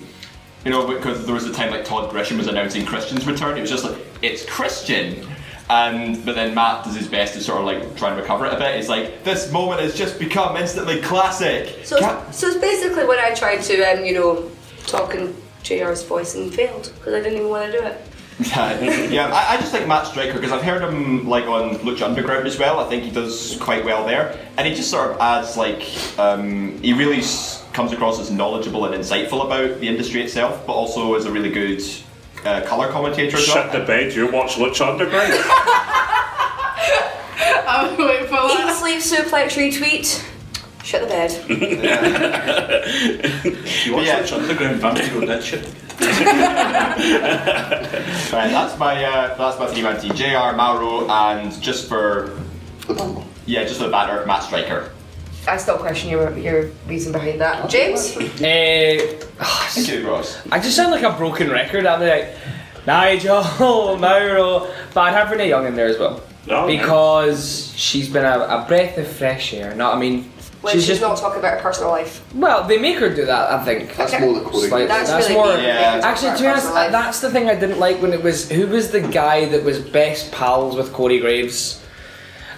Speaker 7: you know, because there was the time like Todd Gresham was announcing Christian's return, it was just like, it's Christian! And but then Matt does his best to sort of like try and recover it a bit. It's like, this moment has just become
Speaker 6: *laughs*
Speaker 7: instantly classic.
Speaker 2: So, it's, so it's basically when I tried to, um, you know, talk in JR's voice and failed because I didn't even want to do it.
Speaker 7: yeah, yeah, I, I just think Matt Striker because I've heard him like on Lucha Underground as well. I think he does quite well there, and he just sort of adds like um, he really s- comes across as knowledgeable and insightful about the industry itself, but also as a really good uh, color commentator. Shut the
Speaker 6: bed. You watch Lucha Underground.
Speaker 2: I'm waiting for that. Eat, sleep, suplex, retweet. Shut the
Speaker 4: *laughs*
Speaker 2: bed.
Speaker 14: you watch yeah. Underground Vampiro, that shit.
Speaker 7: Right, that's my uh, that's my three man team: Jr. Mauro and just for yeah, just for the batter, Matt Striker.
Speaker 2: I still question your your reason behind that, James.
Speaker 4: Eh,
Speaker 7: Thank you, Ross.
Speaker 4: I just sound like a broken record. I'm like, Nigel, *laughs* Mauro, but I'd have Renee Young in there as well.
Speaker 2: Oh, okay.
Speaker 4: because she's been a, a breath of fresh air. No, I mean,
Speaker 2: When
Speaker 4: she's
Speaker 2: she's,
Speaker 4: just
Speaker 2: not talking about her personal life.
Speaker 4: Well, they make her do that, I think.
Speaker 2: That's Okay. more the coding.
Speaker 4: Slightly.
Speaker 2: That's really
Speaker 4: more.
Speaker 2: mean. Yeah.
Speaker 4: Actually, to be honest, that's the thing I didn't like when it was who was the guy that was best pals with Corey Graves,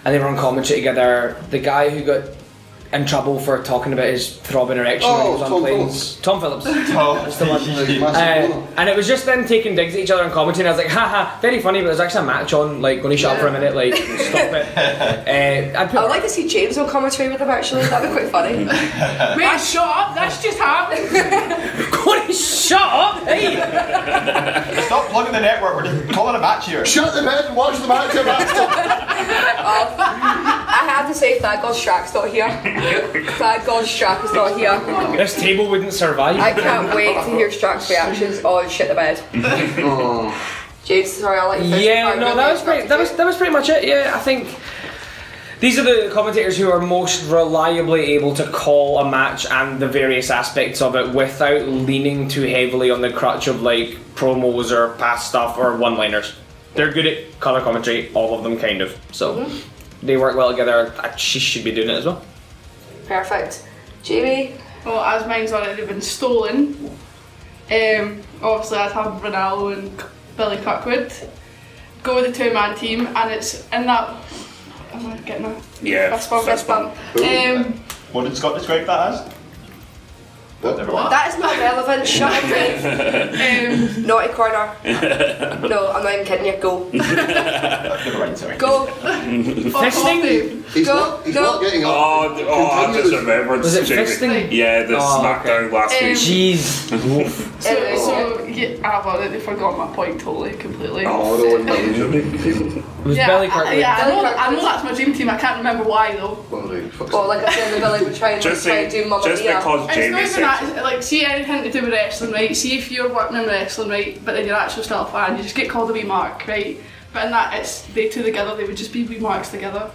Speaker 4: and they were on commentary together. The guy who got in trouble for talking about his throbbing erection when he
Speaker 8: Oh,
Speaker 4: was on
Speaker 8: Tom
Speaker 4: planes. Tom Phillips.
Speaker 7: Oh,
Speaker 4: That's the one.
Speaker 8: massive
Speaker 4: Uh, and it was just them taking digs at each other on commentary, and I was like, haha, very funny, but there's actually a match on. Like, when he shut up for a minute, like, stop it. Uh, I'd put
Speaker 2: I would like to see James on commentary with them actually. That'd be
Speaker 4: *laughs*
Speaker 2: quite funny.
Speaker 3: Mate, shut up. That's just happened.
Speaker 2: *laughs*
Speaker 4: Corey, shut up. Hey.
Speaker 7: *laughs*
Speaker 4: *laughs*
Speaker 7: Stop plugging the network. We're just calling a match here.
Speaker 8: Shut the bed and watch the match.
Speaker 2: Oh, I have to say, thank God Shaq's not here. thank God Shaq is not here.
Speaker 4: This table wouldn't survive.
Speaker 2: I can't wait to hear Shaq's reactions. Oh, shit the bed. Oh. James, sorry, I like you first.
Speaker 4: Yeah,
Speaker 2: I
Speaker 4: no,
Speaker 2: really
Speaker 4: that was pretty, that was that was pretty much it. Yeah, I think these are the commentators who are most reliably able to call a match and the various aspects of it without leaning too heavily on the crutch of like promos or past stuff or one-liners. They're good at color commentary, all of them kind of. So
Speaker 2: Mm-hmm.
Speaker 4: they work well together. Uh, She should be doing it as well.
Speaker 2: Perfect. Jamie?
Speaker 3: Well, as mine's already been stolen, um, obviously I'd have Ronaldo and C- Billy Kirkwood. Go with the two man team, and it's in that. Am I getting a
Speaker 7: Yeah,
Speaker 3: fist bump?
Speaker 7: fist
Speaker 3: Fist bump.
Speaker 7: bump.
Speaker 3: Um,
Speaker 7: What did Scott describe that as? Never mind.
Speaker 2: That is not relevant.
Speaker 14: *laughs*
Speaker 2: Shut up, Dave. Um, naughty corner. No, I'm not even kidding you. Go.
Speaker 7: Never mind,
Speaker 2: *laughs*
Speaker 7: sorry.
Speaker 2: Go.
Speaker 7: Fisting?
Speaker 2: He's Go. not- he's
Speaker 7: no.
Speaker 2: not getting up.
Speaker 6: Oh, d- oh I just remembered.
Speaker 4: Was it
Speaker 6: Jamie.
Speaker 4: fisting?
Speaker 6: Yeah, the
Speaker 4: Oh,
Speaker 6: SmackDown last
Speaker 3: Um,
Speaker 6: week. *laughs*
Speaker 4: Jeez.
Speaker 3: So, so yeah, I've already forgot my point totally, completely.
Speaker 4: It was
Speaker 3: yeah,
Speaker 4: belly
Speaker 3: I-
Speaker 4: cartwheel.
Speaker 3: Yeah, I know, that, I know that's my dream team. I can't remember why though.
Speaker 2: Well, like I said, the village would try and
Speaker 6: Just
Speaker 2: try
Speaker 6: say-
Speaker 2: and do Mamma
Speaker 6: just
Speaker 2: Mia.
Speaker 6: because
Speaker 3: It's not even that. it's Like, see anything to do with wrestling, right? See if you're working in wrestling, right? But then you're actually still a fan. You just get called a wee mark, right? But in that, it's they two together. They would just be wee marks together.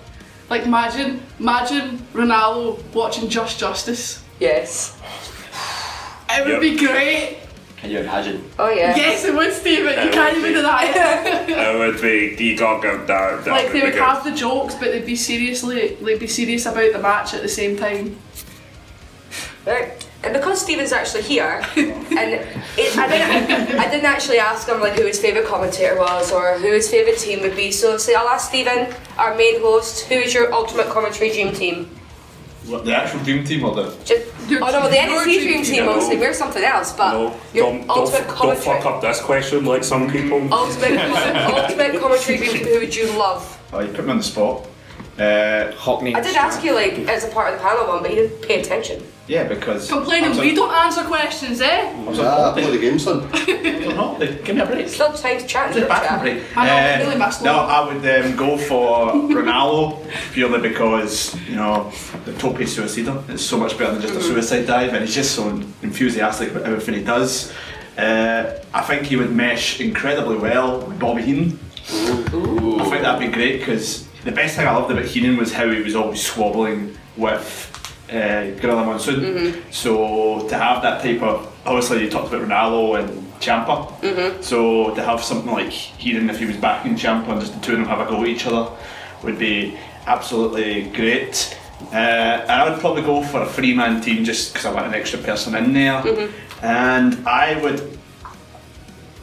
Speaker 3: Like imagine, imagine Ronaldo watching Just Justice.
Speaker 2: Yes.
Speaker 3: It would
Speaker 7: Yep.
Speaker 3: be great.
Speaker 7: Can you imagine?
Speaker 2: Oh yeah.
Speaker 3: Yes, it would, Stephen. You
Speaker 6: It
Speaker 3: can't
Speaker 6: would
Speaker 3: even
Speaker 6: be.
Speaker 3: deny it.
Speaker 6: That would be you got go down. That
Speaker 3: like they
Speaker 6: would
Speaker 3: would
Speaker 6: be
Speaker 3: have the jokes, but they'd be seriously, they'd be serious about the match at the same time.
Speaker 2: Right. And because Steven's actually here, and it, I, didn't, I didn't actually ask him like who his favourite commentator was or who his favourite team would be. So say I'll ask Steven, our main host, who is your ultimate commentary dream team?
Speaker 14: What, the actual dream team or the.
Speaker 2: Just, oh no, the
Speaker 14: your
Speaker 2: NXT
Speaker 14: dream
Speaker 2: dream
Speaker 14: team.
Speaker 2: team.
Speaker 14: No.
Speaker 2: Obviously, we're something else, but
Speaker 6: No,
Speaker 2: your
Speaker 6: don't, don't, don't
Speaker 2: ultimate commentary,
Speaker 6: fuck up this question like some people.
Speaker 2: ultimate, ultimate commentary dream team. Who would you love?
Speaker 14: Oh, you put me on the spot. Uh, Hockney.
Speaker 2: I did ask you like as a part of the panel one, but you didn't pay attention.
Speaker 14: Yeah, because.
Speaker 3: Complaining, we don't answer questions, eh?
Speaker 14: Ah, play the game, *laughs* son. Give me a break.
Speaker 2: Still time to chat.
Speaker 14: It's a bathroom break.
Speaker 3: I know,
Speaker 14: Uh,
Speaker 3: really must
Speaker 14: no,
Speaker 3: know.
Speaker 14: I would um, go for Ronaldo purely because you know the tope suicider. It's so much better than just a
Speaker 3: Mm-hmm.
Speaker 14: suicide dive, and he's just so enthusiastic about everything he does. Uh, I think he would mesh incredibly well with Bobby Heenan. I think that'd be great because the best thing I loved about Heenan was how he was always squabbling with uh, Gorilla Monsoon. So to have that type of obviously you talked about Ronaldo and Champa.
Speaker 11: Mhm.
Speaker 14: So to have something like Heenan if he was back in Champa and just the two of them have a go at each other would be absolutely great. Uh, and I would probably go for a three man team just because I want an extra person in there. And I would.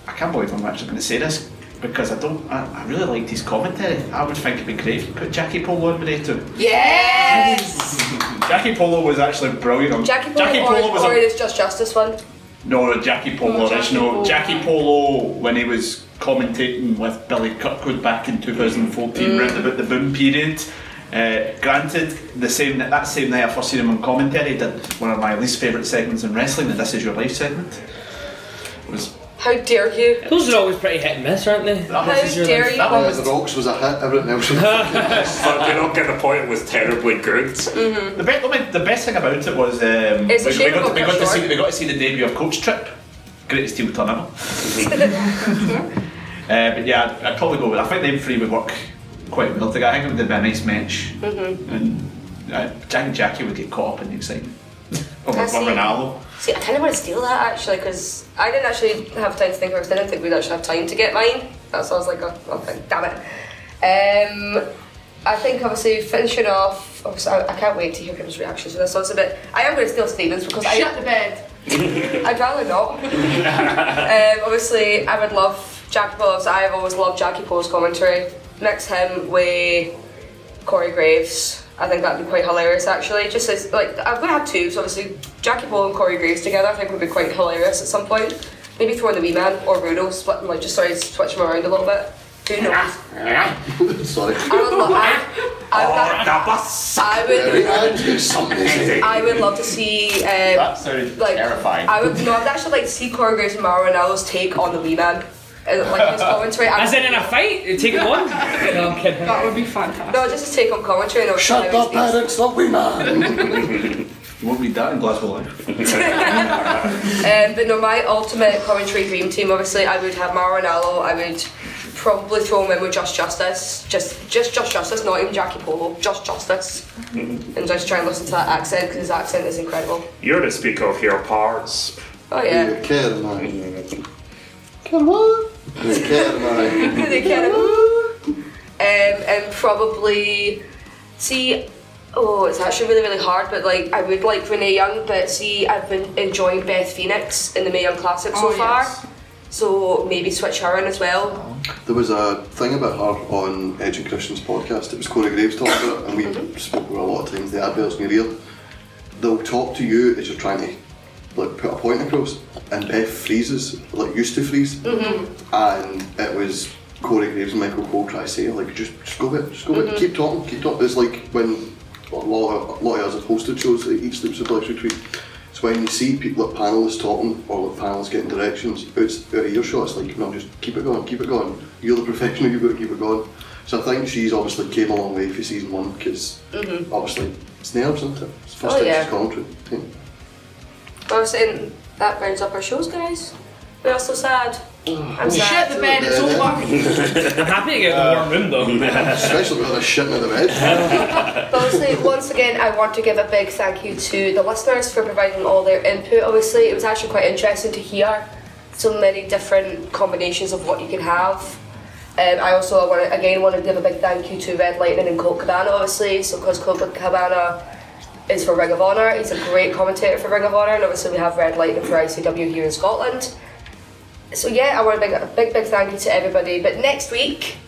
Speaker 14: I can't believe I'm actually going to say this because I don't. I, I really liked his commentary. I would think it'd be great if you put Jackie Polo in with it too.
Speaker 2: Yes.
Speaker 14: Jackie Polo was actually brilliant. on-
Speaker 2: Jackie Polo, or,
Speaker 14: was
Speaker 2: or
Speaker 14: a,
Speaker 2: this Just Justice one.
Speaker 14: no the Jackie Polo
Speaker 2: Oh, Jackie
Speaker 14: original.
Speaker 2: Polo.
Speaker 14: Jackie Polo when he was commentating with Billy Kirkwood back in 2014,
Speaker 2: Mm.
Speaker 14: round about the boom period. Uh, granted, the same that same night I first seen him on commentary, he did one of my least favourite segments in wrestling, the This Is Your Life segment. It was
Speaker 2: How dare you?
Speaker 4: Those are always pretty hit and miss, aren't they?
Speaker 2: How dare you?
Speaker 8: one was the rocks was a hit. Everything else was.
Speaker 6: But you don't get the point. It was terribly good.
Speaker 14: The best, I mean, the best thing about it was um,
Speaker 6: It's a
Speaker 14: we,
Speaker 6: shame
Speaker 14: we got,
Speaker 6: about
Speaker 14: to, we, got to
Speaker 6: Chris
Speaker 14: see,
Speaker 6: Rock.
Speaker 14: we got to see the debut of Coach Trip, greatest heel turn ever.
Speaker 3: *laughs*
Speaker 14: uh, but yeah, I'd, I'd probably go with. I think them three would work quite well together. I think it would be a nice match,
Speaker 3: Mm-hmm.
Speaker 2: Mhm.
Speaker 14: and uh, Jack and Jackie would get caught up in the excitement. *laughs* Over
Speaker 2: I see.
Speaker 14: Ronaldo.
Speaker 2: See, I kind of want to steal that actually because I didn't actually have time to think of it 'cause I didn't think we'd actually have time to get mine. That's why I was like, oh, oh thank- damn it. Um, I think obviously finishing off. Obviously, I, I can't wait to hear people's reactions to this one. So, but I am going to steal Stevens because I
Speaker 3: Shut the bed.
Speaker 2: *laughs* I'd rather not. *laughs* um, obviously, I would love Jackie Paul's. I've always loved Jackie Paul's commentary. Next him with Corey Graves. I think that'd be quite hilarious actually. Just as like I'm gonna have two, so obviously Jackie Paul and Corey Graves together I think would be quite hilarious at some point. Maybe throw in the wee man or Rudo, split them like just sorry, switch them around a little bit. Who knows?
Speaker 8: Sorry.
Speaker 2: I would love I, I, that, I would I would love to see um,
Speaker 7: That sounded terrifying.
Speaker 2: I would no, I'd actually like to see Corey Graves and Mauro Ronaldo's take on the wee man. Uh,
Speaker 4: *laughs*
Speaker 2: Like his commentary. I-
Speaker 4: As in in a fight? Take it
Speaker 3: *laughs*
Speaker 4: on? no, I'm kidding.
Speaker 3: That would be fantastic.
Speaker 2: No, just his take on commentary and I would
Speaker 8: Shut
Speaker 2: tell him
Speaker 8: up,
Speaker 2: his
Speaker 8: Alex.
Speaker 2: piece.
Speaker 8: Not we man.
Speaker 3: *laughs*
Speaker 14: You won't read that in Glasgow Live.
Speaker 2: *laughs* um, but no, my ultimate commentary dream team. Obviously, I would have Mauro Ranallo. I would probably throw him in with Just Justice, just just Just Justice, not even Jackie Polo, Just Justice, and just try and listen to that accent because his accent is incredible.
Speaker 6: *laughs* You're the speaker of your parts.
Speaker 2: Oh yeah.
Speaker 8: Care man. Care man.
Speaker 2: they can. Um, and probably see. Oh, it's actually really, really hard. But like, I would like Renee Young, but see, I've been enjoying Beth Phoenix in the Mae Young Classic so
Speaker 3: Oh,
Speaker 2: far.
Speaker 3: yes.
Speaker 2: So maybe switch her in as well.
Speaker 8: There was a thing about her on Edge and Christian's podcast. It was Corey Graves talking about it,
Speaker 3: Mm-hmm.
Speaker 8: and we spoke about it a lot of times. The adverts in your ear. They'll talk to you as you're trying to like put a point across, and Beth freezes, like used to freeze,
Speaker 3: Mm-hmm.
Speaker 2: Mhm.
Speaker 8: and it was Corey Graves and Michael Cole try to say like just just go with it, just go with it,
Speaker 2: Mhm.
Speaker 8: keep talking, keep talking. It's like when a lot of, a lot of us have hosted shows, like each sleeps with electric tweet. It's when you see people at panelists talking or at panelists getting directions out, out of earshot, it's like, no, just keep it going, keep it going. You're the professional, *laughs* you've got to keep it going. So I think she's obviously came a long way for season one because
Speaker 2: Mhm.
Speaker 8: obviously it's nerves, isn't it? It's the first
Speaker 2: Oh,
Speaker 8: time
Speaker 2: yeah.
Speaker 8: she's commentary. Yeah.
Speaker 2: Obviously, and that rounds up our shows, guys. We are so sad. I'm
Speaker 3: Shit
Speaker 2: sad.
Speaker 3: the bed, it's over.
Speaker 4: *laughs* I'm happy to get a warm room though.
Speaker 8: *laughs* Especially with a shit in the bed.
Speaker 4: *laughs*
Speaker 2: But Obviously, once again, I want to give a big thank you to the listeners for providing all their input. Obviously, it was actually quite interesting to hear so many different combinations of what you can have. Um, I also want to, again want to give a big thank you to Red Lightning and Colt Cabana, obviously. So, because Colt Cabana is for Ring of Honor, he's a great commentator for Ring of Honor, and obviously we have Red Lightning for ICW here in Scotland. So yeah, I want to big, a big, big thank you to everybody. But next week,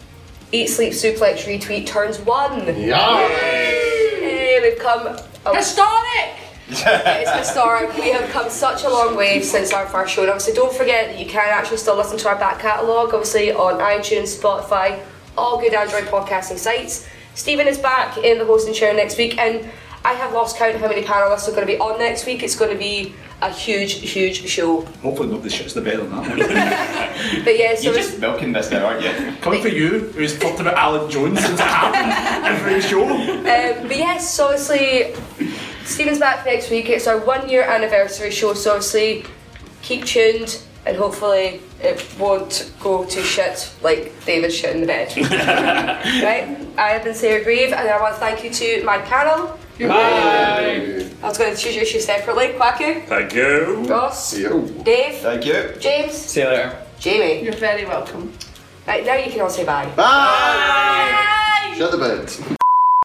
Speaker 2: Eat Sleep Suplex Retweet turns one.
Speaker 8: Yeah.
Speaker 2: Yay, we've come historic. it's historic. We have come such a long way since our first show. And obviously, don't forget that you can actually still listen to our back catalogue, obviously on iTunes, Spotify, all good Android podcasting sites. Stephen is back in the hosting chair next week, and I have lost count of how many panelists are going to be on next week. It's going to be a huge, huge show.
Speaker 14: Hopefully nobody shits the bed on that
Speaker 2: But yeah, so
Speaker 14: You're
Speaker 2: it's-
Speaker 14: just milking this now, aren't you? Coming for you, who's talked about Alan Jones since it happened every show.
Speaker 2: Um, but yes, so obviously, Stephen's back next week. It's our one year anniversary show, so obviously, keep tuned and hopefully it won't go to shit like David's shit in the bed. right? I have been Sarah Grieve, and I want to thank you to my panel. I was going to choose your shoe separately. Quacko,
Speaker 6: Thank you.
Speaker 2: Ross, Dave,
Speaker 6: Thank you.
Speaker 2: James,
Speaker 4: See you later.
Speaker 2: Jamie.
Speaker 3: You're very welcome.
Speaker 2: Right, now you can all say bye.
Speaker 8: Shut the bed.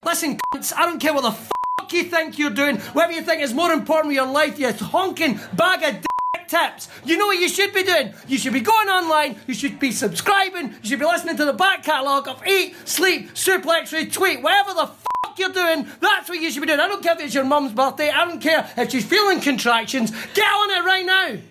Speaker 9: Listen, cunts, I don't care what the fuck you think you're doing, whatever you think is more important with your life, you honking bag of dick tips. You know what you should be doing? You should be going online, you should be subscribing, you should be listening to the back catalogue of Eat, Sleep, Suplex, Retweet, whatever the fuck you're doing, that's what you should be doing. I don't care if it's your mum's birthday, I don't care if she's feeling contractions, get on it right now!